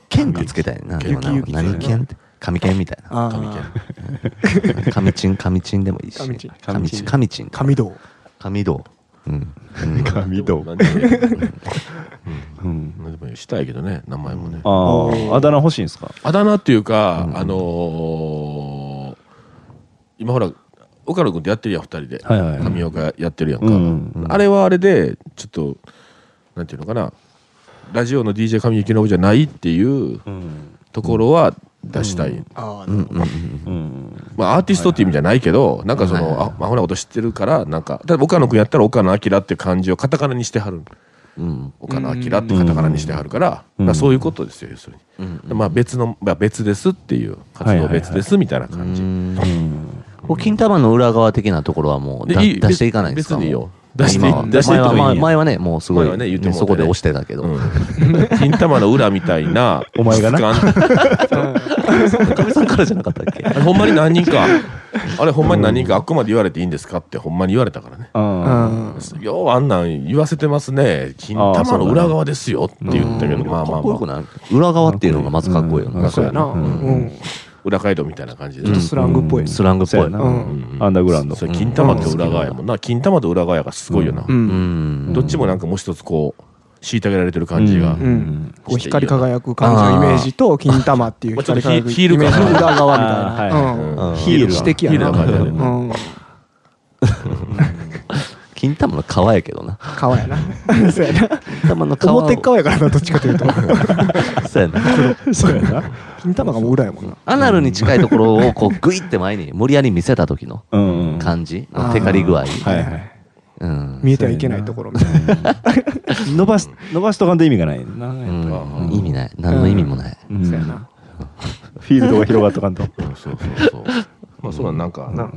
S4: けんってつけたいな。でもな
S2: ゆきゆき
S4: 何けんって。神けんみたいな。
S2: あ
S3: 神
S2: ー
S4: 神ちん、神ちんでもいいし。
S2: 神ちん
S4: 神ちん、神ちん。
S2: 神道。
S4: 神道。うん。うん
S1: 神
S3: 何でもいい
S1: うん
S3: 何でもいいしたいけどね名前もね
S1: ああ、あだ名欲しいんですか。
S3: あだ名っていうか、あのー今ほら岡野君とやってるやん二人で、
S1: はいはい
S3: 神岡やってるやんか、
S1: うんうん
S3: あれはあれでちょっとなんていうのかなラジオの DJ 神幸信じゃないっていう
S1: うん。
S3: ところは出したい、
S2: あ
S4: う
S2: あ、
S4: ん
S2: な
S4: うんうん
S1: うん。
S3: まあ、アーティストっていう意味じゃないけど、なんかその、あアホなこと知ってるからなんか例えば岡野君やったら岡野明っていう漢字をカタカナにしてはる
S4: うん
S3: 岡野明ってカタカナにしてはるから,、
S1: うん
S3: そういうことですよ要するに、まあ、別の、まあ、別ですっていう活動別ですみたいな感じ、
S1: うん。
S4: これ金玉の裏側的なところはもう
S3: で
S4: だ
S3: いい
S4: 出していかないんですか
S3: 別にいい
S4: も
S3: よ
S4: う
S3: 出してい
S4: 今は
S3: 出してい
S4: 前
S3: って
S4: は
S3: もいい
S4: 前
S3: よ
S4: は前はねもうすご
S3: 前はね言
S4: い
S3: ってもうてね
S4: そこで押してたけど
S3: うん金玉の裏みたい な
S1: お前がな
S3: 質感
S4: かみさんからじゃなかったっけ
S3: あれほんまに何人かあれほんまに何人かあっこまで言われていいんですかってほんまに言われたからね
S1: ああ。
S3: ようあんなん言わせてますね金玉の裏側ですよって言ったけどまあま
S4: か
S3: あ
S4: っこよく
S3: まあ
S4: ない裏側っていうのがまずかっこいいよ
S1: うん
S4: な
S2: そうやな。
S1: う
S2: うんん。
S3: 裏街道みたいな感じで
S2: ちょっとスラングっぽい。
S4: スラングっぽいな
S1: う
S2: うんん。
S1: アンダーグラウンド
S3: そ。れ金玉と裏側やもんな金玉と裏側やがすごいよな
S2: うん。
S4: ん
S3: どっちもなんかもう一つこう虐げられてる感じが、
S1: うん
S2: うんこう光り輝く感じのイメージと金玉っていう
S3: まあちょっ
S2: 光
S3: と
S2: り輝く
S3: ヒール
S2: イメージ
S3: ヒール
S2: の
S3: か
S2: 裏側みたい
S1: あー
S2: な
S3: はい
S2: うん。
S1: ヒ
S2: ヒ
S1: ー
S2: ー
S1: ル
S2: ル指摘
S3: ヒール
S2: や
S3: な感じだよ
S2: な。
S3: ね
S2: うん。
S4: 金玉の皮やけどな。
S2: 皮や な。そうやな。
S4: 金玉の皮を。
S2: 表っ側やからな、どっちかというと。
S4: そうやな。
S1: そうやな。
S2: 金玉がもう裏やもんな。
S4: アナルに近いところをこうグイって前に無理やり見せた時の
S1: うんうん。
S4: 感じのテカリ具合。
S1: はいはい。
S4: うん。
S2: 見えてはいけないところみたいな。
S1: 伸ばし、伸ばしとかんと意味がないな。
S4: う
S1: やっぱ
S4: ん意味ない。何の意味もない。
S1: うん
S2: そうやな。
S1: フィールドが広がっとかんと。
S3: うんそうそうそうまあそんなんなんかな、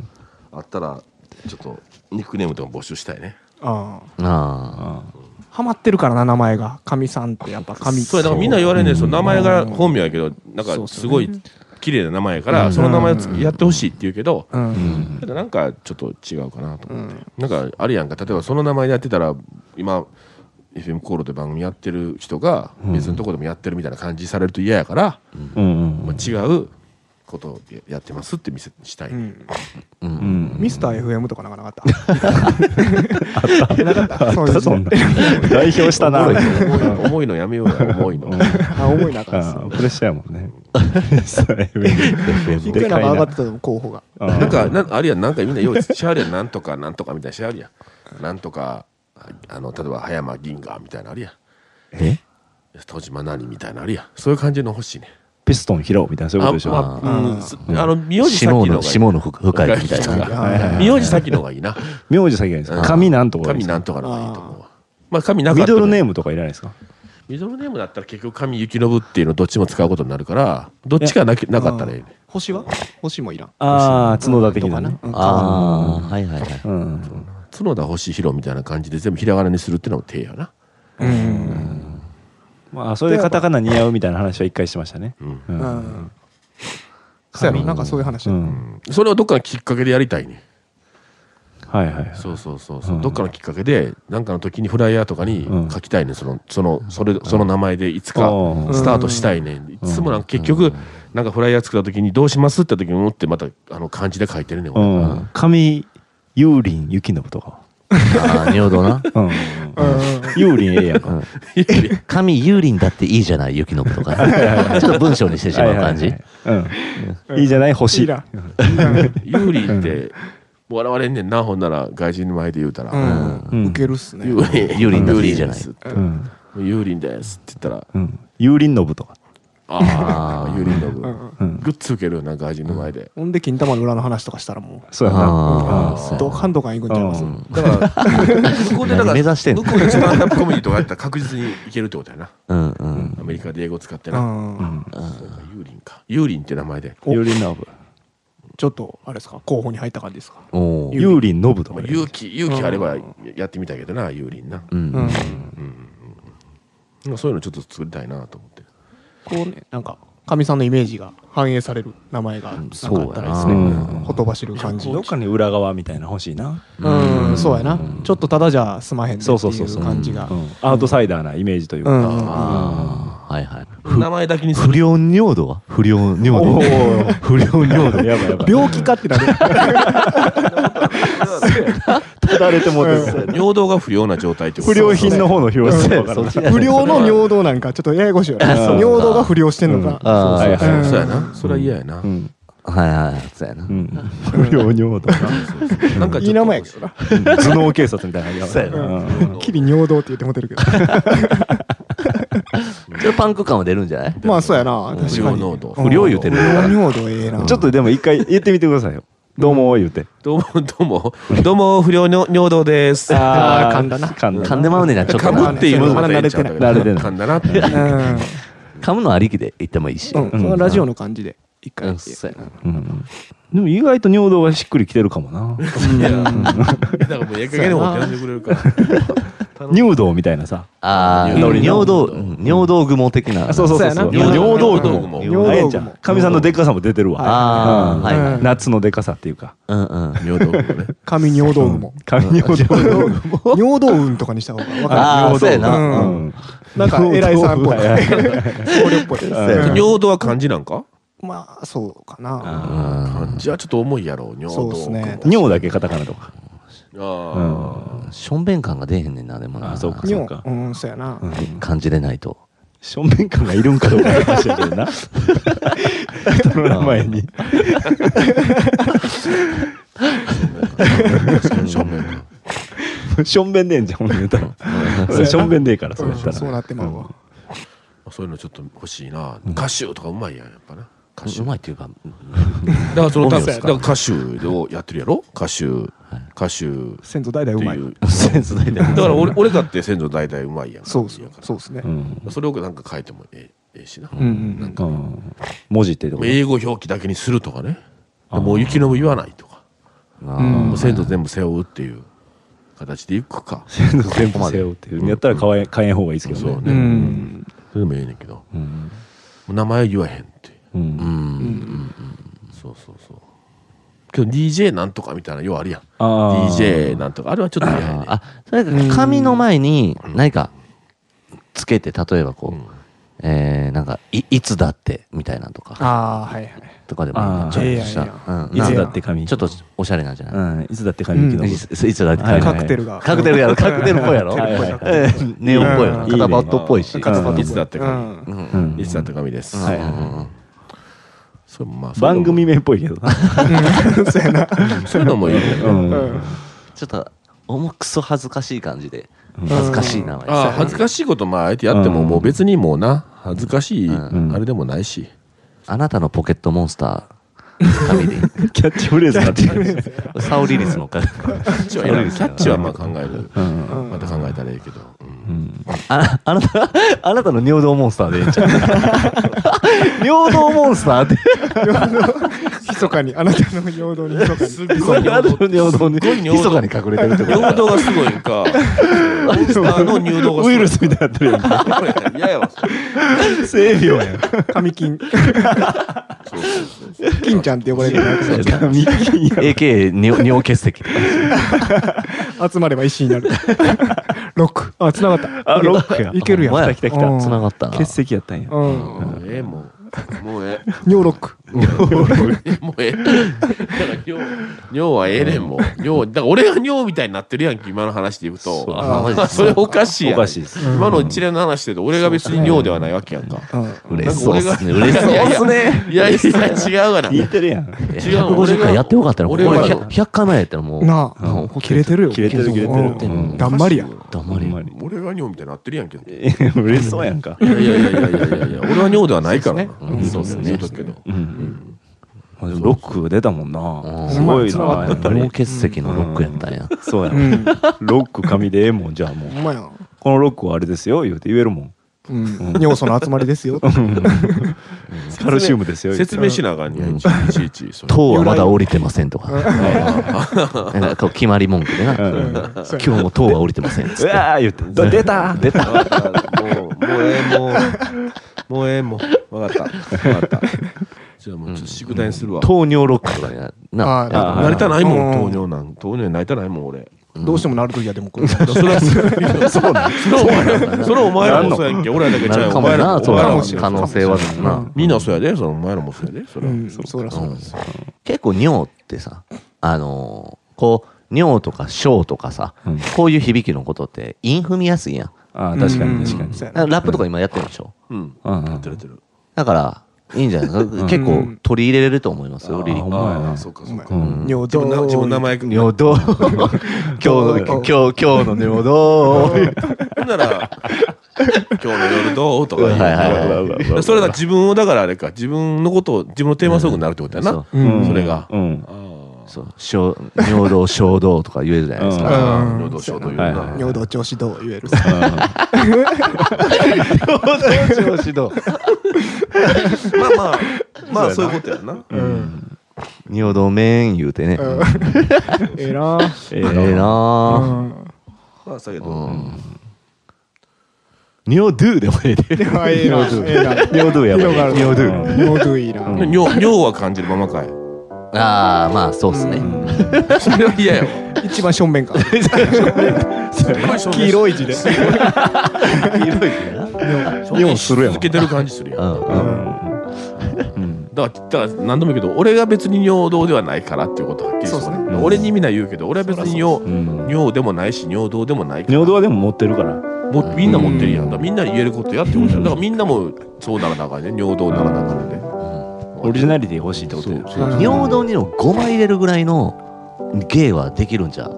S3: あったらちょっとニックネームとか募集したいね
S2: あ
S4: あ
S1: あ
S2: あ。ハマってるからな、名前が。神さんってやっぱ神。
S3: そうやだからみんな言われるんですよ名前が本名やけどなんかすごい綺麗な名前やからその名前をつやってほしいって言うけど
S2: うん。
S3: けどなんかちょっと違うかなと思ってなんかあるやんか例えばその名前でやってたら今 FM コールで番組やってる人が別のとこでもやってるみたいな感じされると嫌やから
S1: うんうん
S3: まあ違うことをやってますって見せしたい
S2: うん
S1: うん。
S2: ミスター FM とかなかなかった。なかった。そうです
S1: そん
S2: ね
S1: な。代表したな。
S3: 重
S1: う
S3: い
S1: ん
S3: の重いの重いのやめようや重いの
S2: あ、思いなかった
S1: あ
S2: で
S1: プレッシャーやもんね。そう
S2: す。一回なんか上がってたの、候補が。
S1: な
S3: なんか、なあるやん、なんかみんな用意しはるやん、なんとかなんとかみたいなしはるやん。なんとか、あの、例えば、葉山銀河みたいなのあるやん。
S4: え
S3: 戸島何みたいなのあるやん。そういう感じの欲しいね。
S1: ピストン拾うみたいな、そういうことでしょ。
S3: あまあうんすあの、名
S4: あ。
S3: 字先
S4: 下
S3: のがい
S4: の、
S3: い。
S4: 下の深いみたい な。
S3: 名字先のがいいな。
S1: 名字先がいいですか 神なんとかがいいで
S3: 神
S1: す
S3: な
S1: か
S3: んとかのがいいと思うわ。まあ、神なか
S1: ミ
S3: った
S1: ド
S3: ら
S1: ルネームとかいらないですか
S3: ミドルネームだったら結局神幸信っていうのどっちも使うことになるから、どっちかなけなかったらいいね。
S2: 星は星もいらん。
S1: ああ、角田的
S2: と
S1: な
S2: かな
S1: ね。。
S2: うん
S4: ああ、はいはいはい。
S1: うん。
S3: 角田星弘みたいな感じで全部ひらがなにするっていうのも手やな。
S1: まあ、それでカタカナ似合うみたいな話は一回しましたね。
S3: うん
S1: う。
S2: うんん。そうやろ、なんかそういう話
S1: う
S2: だった。
S1: ん。
S3: それをどっかのきっかけでやりたいね。
S1: はいはいはい。
S3: そうそうそうそう、
S1: うん
S3: どっかのきっかけで何かの時にフライヤーとかに
S1: うん
S3: 書きたいねそのそのそれその名前でいつか
S1: うん
S3: スタートしたいね、いつもなんか結局なんかフライヤー作った時にどうしますって時に思ってまたあの漢字で書いてるね、
S1: う
S3: 俺
S1: ん。神、ユーリン、ユキノブとか。
S4: ああ、尿道 な。
S1: うん。ユーリンええやんか。
S4: 神幽林だっていいじゃない、雪の子とか。ちょっと文章にしてしまう感じ。
S1: うん。いいじゃない
S2: いい
S1: 星。
S2: な。
S3: ユーリーって笑われんねんなほんなら外人の前で言うたら、
S2: う
S1: うん
S2: ん。ウケるっすね。
S3: ユーリン
S4: ユーリンだっていいじゃない
S3: ユーリンです
S1: うん。
S3: ユーリンですって言ったら
S1: うん。ユーリンノブとか。
S3: ああユーリンの分
S1: うん
S3: グッズ受けるような外人の前で、
S2: ほんで、金玉の裏の話とかしたらも
S1: そうや
S4: あ
S1: な。
S2: う、ドカンドカン行くんちゃいます
S1: うん
S3: だから、向こうでだか
S4: 何
S3: ら、
S4: 目指してんの
S3: 向こうでスタンダップコメディとかやったら確実にいけるってことやな。
S4: うんうん。
S3: アメリカで英語使って
S2: う
S3: な。
S2: ん。
S3: そうかユーリンか。ユーリンって名前で。
S1: ユーリンノブ。
S2: ちょっと、あれですか、候補に入った感じですか。
S4: おおー。
S1: ユーリンノブと
S3: ま
S1: か
S3: あ
S1: で。
S3: 勇気、勇気あればやってみたいけどな、ユーリンな。
S4: うん
S2: うん。
S3: なんかそういうのちょっと作りたいなと思って。
S2: こうね、なんか、かみさんのイメージが反映される名前が、なんかあったらいいですね。
S4: そう
S1: やな
S2: うんほとばしる感じ
S1: どっ
S2: の。
S1: かに裏側みたいなの欲しいな。
S2: うん、そうやな。ちょっとただじゃ済まへんねって
S1: そうそうそう
S2: い
S1: そう
S2: う感じが
S1: う。んアウトサイダーなイメージという
S2: う
S1: か。
S2: ん。
S4: ああ、はいはい。
S3: 名前だけにする
S4: 不。良尿道は不良尿道。不良尿道。
S1: やばいやばい。
S2: 病気かってな る。
S1: ただれてもうてる
S3: 尿道が不良な状態ってこと
S1: 不良品の方の表示だから。
S2: 不良の尿道なんか、ちょっとややこしいよね。
S1: そう
S2: 尿道が不良してんのか。
S4: ああ、
S1: はい
S4: は
S1: は
S3: そうやな。それは嫌やな。
S4: いはい。そうやな。
S1: い。うん不良尿道
S3: なんかちょっと
S2: いい名前やけどな。
S1: な。頭脳警察みたいな感じ
S4: そうやな
S1: うん
S2: きり尿道って言ってもてる けど。
S4: それパンク感は出るんじゃない
S2: まあ、そうやな。
S3: 不
S2: 確か
S3: 良
S2: に。
S3: 濃度。
S4: 不良言うてる。
S2: 尿道ええな。
S1: ちょっとでも一回言ってみてくださいよ。どうも言うて。
S3: どうも、どうも、どうも、不良の尿道です。
S2: あー噛んだな
S1: 噛んだ
S4: 噛ん
S1: な。
S4: でまうねんな、ちょっ
S3: か
S4: と
S3: む
S4: な。
S3: っていうのが
S1: 慣れてない
S3: かんだなっていう。
S2: うん。
S4: 噛むのありきで言ってもいいし。
S2: うん、そのラジオの感じで一回
S4: う
S2: やっ
S4: ん
S2: て、
S4: そうやな。
S1: うんでも意外と尿道がしっくりきてるかもな。
S3: いや、だからもう、ええ加減でも、やんでくれるから。
S1: 尿道みたいなさ。
S4: ああ、
S3: ノリ
S4: 尿
S3: の
S4: 道、うん尿道雲的な。
S1: そうそうそうそう。
S2: そうやな
S1: 尿道
S3: 尿道
S1: 具
S3: 具も
S1: も。
S2: 尿道具も
S1: あえんちゃん。かみさんのでっかさも出てるわ。
S4: ああ、はいは
S2: う
S4: い
S2: ん。
S1: 夏のでかさっていうか。
S4: うんうん。
S3: 尿道のね。
S2: 紙尿道 雲も
S1: 神尿道具。
S2: 尿道雲とかにした方が分か
S4: ああ、そうやな。
S2: う
S4: うんん
S1: うん
S2: るなんか偉いさんっぽい
S1: はいはい
S2: 僧侶っぽ い、
S4: や
S2: う ん
S3: 尿道は漢字なんか
S2: まあそうかな
S1: あ
S3: 漢字はちょっと重いやろ、尿道。
S2: そうっすね
S1: 尿だけカタカナとか。
S3: あ
S4: しょんべん感が出えへんねんな、でもな。
S1: あそうか
S2: に
S1: そう
S2: も
S1: か、
S2: うん、そうやな。
S4: 感じれないと。
S1: 正面感がいるんかどうかの話だけどなその名前に
S3: あ、正面か。
S1: しょんべんねえんじゃんほんで言うたら俺しょんべんねえからそうやった
S2: う
S1: ら
S2: んそうなってまうわ。
S3: そういうのちょっと欲しいな。歌手とかうまいやん、やっぱな。歌手
S4: う。まいっていうか、
S3: だからその
S4: 音
S3: だ
S4: 楽
S3: か
S4: です
S3: ら
S4: か
S3: 歌手をやってるやろ歌手、歌手っ
S2: 先祖代々
S3: て
S2: うま
S3: い
S2: い。
S3: う。
S4: センスないで
S3: だから俺俺だって先祖代々うまいやん。
S2: そうそう
S3: やから
S2: そうですね
S1: う。ん
S3: それをなんか書いてもええええしな。
S2: うんうんうん。
S1: うん文字ってとこ
S3: 英語表記だけにするとかね。
S1: あー
S3: もう雪のも言わないとか。
S2: うん
S3: もう先祖全部背負うっていう形でいくか。
S1: 全部背負うっていうやったらかわい変えん方がいいですけどね
S3: そう
S2: う
S3: ね。
S2: ん。
S3: それでもええねんけど。も
S1: うん
S3: う名前言わへんって。
S1: う
S4: うんん。
S3: そうそうそう。けど DJ なんとかみたいなようあるやん。
S1: あー
S3: DJ なんとか。あれはちょっと嫌やね。
S4: あ、それか紙の前に何かつけて、例えばこ
S3: う
S4: う、
S3: ん
S4: えー、なんか、いいつだって、みたいなんとか、
S2: ああ、はいはい。
S4: とかでもいい
S1: あー
S4: なちょっとし
S2: ええやんええや
S4: た。うん
S1: い
S4: な
S1: つ
S4: ん
S1: だ
S4: か
S1: って髪
S4: ちょっとおしゃれなんじゃない
S1: うんいつだって髪の
S2: うん
S4: いついつだって
S1: はい
S4: 紙
S1: はい
S2: カクテルが。
S4: カクテルやろ、カクテルっぽいやろ
S1: はいはいはい
S4: えーネオンっぽいやろ
S2: うん
S4: 肩バットっぽいし。
S2: カツパ
S3: いつだって
S2: う
S3: 神。
S2: ん。
S4: うん
S1: うん
S3: いつだって神です。
S1: はいはい
S4: うん
S3: それもまあ
S1: 番組名っぽいけどな
S2: そうやな。
S3: そういうのもいいね。
S1: うん
S2: うん。
S4: ちょっと、重くそ恥ずかしい感じで、恥ずかしい名前
S3: ああ恥ずかしいことまああえてやっても
S1: うん
S3: もう別にもうな恥ずかしい
S4: ん
S3: あれでもないし
S4: あなたのポケットモンスター、紙 でいい。
S1: キャッチフレーズになってる
S4: サオリリスのか。
S3: キャッチはいらないキャッチはまあ考える
S1: うん
S3: また考えたらいいけどうん
S1: うん
S4: ああなた、あなたの尿道モンスターでいいんちゃう 尿道モンスターって。
S2: 密かに、あなたの尿道に密かに。
S3: すごい
S4: あなたの尿道に、
S3: すごい尿道
S4: 密かに隠れてるってこと
S3: 尿道がすごいんかモンスターの入道がすご
S1: ウ
S3: い
S1: イルスみたいになってるやん
S3: いやいや
S1: 性病やん
S2: 神金。
S3: そうそうそう
S2: 金ちゃんって呼ばれてる。
S1: 髪切 り
S4: AK 尿尿結石。
S2: 集まれば石になる。ロック。あ、繋がった。
S1: あロックや
S2: いけるやん。
S4: お
S2: う
S4: 前
S1: 来た来た
S2: うん
S4: 繋がったな。
S1: 欠石やったんや
S2: ん。
S3: ええもうもう え
S2: 尿ロック。
S3: えもうええだから尿尿はええねんもう尿だから俺が尿みたいになってるやんけ今の話で言う
S4: そう
S3: と
S4: あマジで
S3: それおかしいやん
S1: おかしいです
S3: 今の一連の話してると俺が別に尿ではないわけやんか
S2: うん。
S4: 嬉しそうっすね。
S3: なん
S4: 嬉しそう
S3: か俺
S4: っ
S3: が
S4: すね。
S3: いやいや、違うがな。
S1: 似てるやん
S3: 違う俺
S4: 150
S3: が
S4: 回やってよかったな。これ
S3: 俺が
S4: 100 100回前やったらもう。
S2: な
S4: うん
S2: あ、
S4: 怒って
S2: 切れてるよ。
S1: 切れてる切れてる
S2: うんだんまりや。
S4: だまり。
S1: ほんまに
S3: 俺が尿みたいになってるやんけど。い
S1: え嬉しそうやんか
S3: やいやいやいやいやいや、俺は尿ではないからな。
S4: うん
S3: そうです
S4: そ
S3: ね。言
S4: う
S3: うとくけど。
S1: うんあでもロック出たもん
S4: う
S1: なんすごいな
S2: うまい
S1: やっぱ
S4: 尿
S1: り
S4: 結石のロックやったんや。
S1: そうや
S2: う。
S1: なんロック紙でええもんじゃあもう
S2: ほんまや。
S1: このロックはあれですよ言うて言えるもん
S2: うん。尿素の集まりですよ。
S1: カルシウムですよ言うて
S3: 説明しなあかんにゃ、いちいちいち。それ
S4: 塔はまだ降りてませんとか。なんかこう決まり文句でな。
S1: うん
S4: 今日も塔は降りてませんっつ
S1: う
S4: って。
S1: わー言ってだ出た
S4: 出た。
S3: もう、もうええ、もう、もうええ、もう。わかった。わかった。じゃあもうちょっと宿題にするわ。
S4: 糖尿ロックとかやな。
S2: あ
S1: あ
S3: なりたないもん、
S2: う
S3: 糖
S2: ん
S3: 尿なん。糖尿になりたないもん、俺。
S2: どうしてもなるときやでもこれ。
S3: それは、そうなん。それはお前らそれはお前らもそうやんけ。俺らだけ
S4: な
S3: ちゃう
S4: る
S3: やん
S4: か
S3: お
S4: も
S3: 前ら
S4: な、
S3: も
S4: そ
S3: お
S4: う
S3: 前
S4: だ
S3: らも
S2: 知らん
S4: 可能性はあるな。
S3: みんなそうやで、そのお前らもそうやで。それ
S2: う
S3: は
S2: ん、そらそうです。
S4: 結構尿ってさ、あのー、こう、尿とか小とかさ、
S1: うん
S4: こういう響きのことって、韻踏みやすいやん。
S1: あー確かに確か
S2: うん
S1: に
S2: そうやな
S4: ラップとか今やってるでしょ。
S3: うん。
S1: うんうん
S3: やってるやってる。
S4: だから、いいんじゃないですか結構取り入れれると思いますよ、リリ
S1: あほん
S4: ック。
S1: まや
S3: あ
S1: な
S3: ーそうかそうか。
S2: お前尿
S3: 自
S2: 道
S3: 分の自分の名前
S4: 尿道今日の、 今日、今日の尿道
S3: ほんなら、今日の夜どうとか言う
S4: はいはいはいう
S1: わうわうわ
S3: それが自分を、だからあれか、自分のことを、自分のテーマソングになるってことやな。
S4: う
S1: うん
S3: それが
S1: うん
S4: そう、小尿道、小道とか言えるじゃないですか。
S3: あ
S2: うん
S3: ー尿道症という
S1: はいは
S3: な。
S2: 尿道調子どう言える。
S4: 尿道調子道。
S3: まあまあ、まあそういうことやな。
S2: うん。
S4: 尿道面言うてね。
S2: ええな。
S1: え
S4: ええ
S1: ー
S2: う
S4: なぁ。
S2: ん。
S3: まあ、だけ
S4: う
S3: ど、
S4: ん尿ドゥでもええで。
S2: ではええな。ええな。
S1: 尿道やっぱり
S2: 色がある。
S1: 尿道
S2: 尿道いいな。
S3: 尿尿は感じるままかい。
S4: ああ、まあ、そうっすね。
S3: それは嫌やわ。
S2: 一番正面か。
S3: 黄
S2: 黄色い字で。
S3: い。尿
S1: するやん
S3: 続けてる感じするやん。
S4: うん。
S1: うん
S3: だから、だから何度も言うけど、俺が別に尿道ではないからっていうことはっきり
S2: そうです
S3: ね。俺にみんな言うけど、俺は別に尿
S1: うん
S3: 尿でもないし、尿道でもないから
S1: 尿道はでも持ってるから
S3: もうみんな持ってるやん。だからみんなに言えることやってことや。だからみんなもそうならなあかんね。尿道ならなあかんね。
S1: オリジナリティ欲しいってこと
S3: そう
S1: で
S3: そう
S2: うん
S4: 尿道にのごま入れるぐらいの芸はできるんじゃう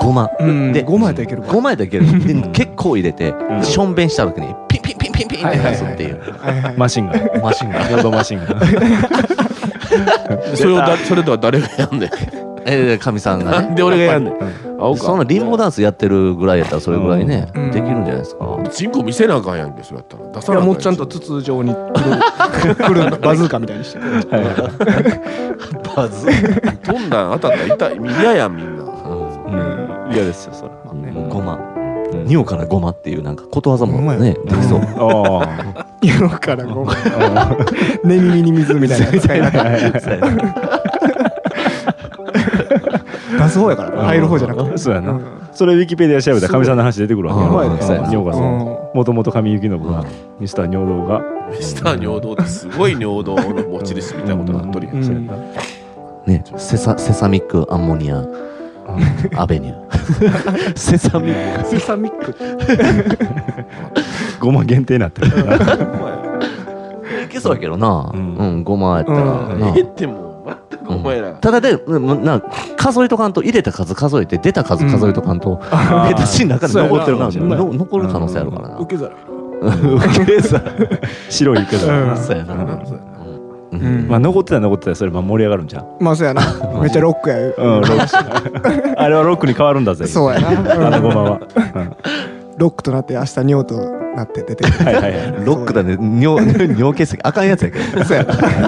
S4: ごま
S2: うん
S4: で
S2: 5枚でいける
S4: ごまやったらいけるで結構入れて
S1: ん
S4: しょんべんした時にピンピンピンピンピンって出すっていう
S2: はいはい
S1: マシンガン
S4: マシンが
S1: 尿道マシンガン
S3: それをだ、それとは誰が やんねん。
S4: ええかみさんが
S3: なん
S4: ね
S3: で俺がやんねん。青か。
S4: そのリンボダンスやってるぐらいやったらそれぐらいね
S2: うん
S4: できるんじゃないですか
S3: チンコ見せなあかんやんけ、それやったら。出
S2: い
S3: さな
S2: や
S3: あか
S2: も
S3: ん
S2: うちゃんと筒状にくるくるバズーカみたいにして
S4: バズ
S3: 飛んだん当たったら痛い。嫌やん、みん
S1: う
S3: な。
S1: ん嫌ですよそれ
S4: ごま尿からごまっていうなんかことわざもねできそう
S1: ああ
S2: 色から5枚寝耳に水みたいな出す方やから入る方じゃなくて
S1: そうや
S2: う
S1: なそれウィキペディア調べたらかみさんの話出てくるわけや
S4: そう
S1: ろ
S4: うんそうやな
S1: 尿がそう
S2: う
S1: もともと神幸信がミスター尿道が
S3: ミスター尿道ってすごい尿道の持ち主みたいなことになっとるやん。
S2: うん
S1: そうやな
S4: ね セサセサミックアンモニアアベニュー セサミック
S2: セサミックって
S1: ごま限定になってるからな
S4: いけそうやけどなう
S1: うんん
S4: ごまやったらな
S3: ええってもう、全くお前ら。
S4: ただで、うんな数えとかんと入れた数数えて出た数数えとかんと、
S1: あー
S4: 下手しい中で残ってるかもしれない
S1: そうやな
S4: の残る可能性あるからな、
S2: 受け皿
S4: 受け皿
S1: 白いけど
S2: うん
S4: そうやな、
S3: そうやな
S4: うん
S2: うん
S1: まあ残ってたら残ってたらそれまあ盛り上がるんじゃん
S2: まあそうやなめっちゃロックやよ
S1: うんロックあれはロックに変わるんだぜ
S2: そうや
S1: あ
S2: な
S1: の
S2: うん
S1: ごまは
S2: ロックとなって明日尿となって出てく
S1: は
S2: る
S1: いはいはい
S4: ロックだね尿尿結石あかんやつやけど
S2: そうやな
S3: 了解。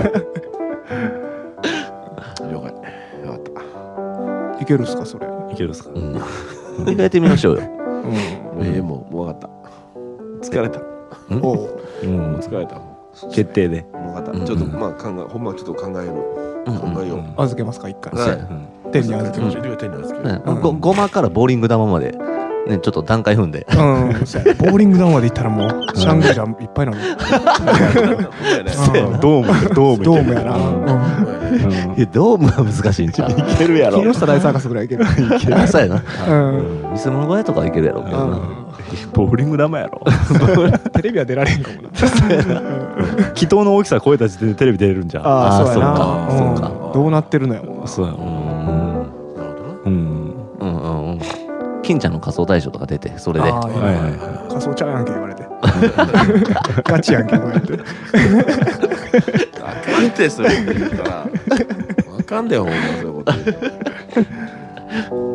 S3: よかった。
S2: いけるっすかそれ
S1: いけるっすか
S4: うん一回やってみましょうよ
S3: ええ、もう、もう分かった。疲れた。
S2: おう
S1: うん
S3: 疲れた。も
S1: 決定で
S3: う分かった。ちょっと、まあ、考え、ほんまちょっと考える。考えよう。
S2: 預けますか一回
S4: そうやな
S2: 手に預けましょ
S4: ねごごまからボーリング玉まで、ね、ちょっと段階踏んで
S2: ううんそうやボーリングダウンまで行ったらもうシャングリラいっぱいなの
S1: ド
S2: うん
S1: ームドーム
S2: ドームやなうん
S4: いやドームは難 しいんちゃう
S1: いけるやろ
S2: 木下大サーカスぐらいいける
S4: そうやな
S2: うん
S4: 見せ物小屋とかはいけるやろうけどな、
S1: ボーリング玉やろ
S2: テレビは出られへんかもな
S1: 気筒の大きさ超えた時点でテレビ出れるんじゃん
S4: あー
S2: あーそうやな
S4: そうか
S3: そう
S2: う
S3: か
S2: んどうなってるのやもんな
S1: そうやうんうん
S4: うんうんうん金ちゃんの仮装大賞とか出てそれで
S2: あー
S1: はいはいは
S2: 仮想ちゃうやんけ言われて ガチやんけ言われて
S3: あかんてそれ言ったらあかんでほんまそういうこと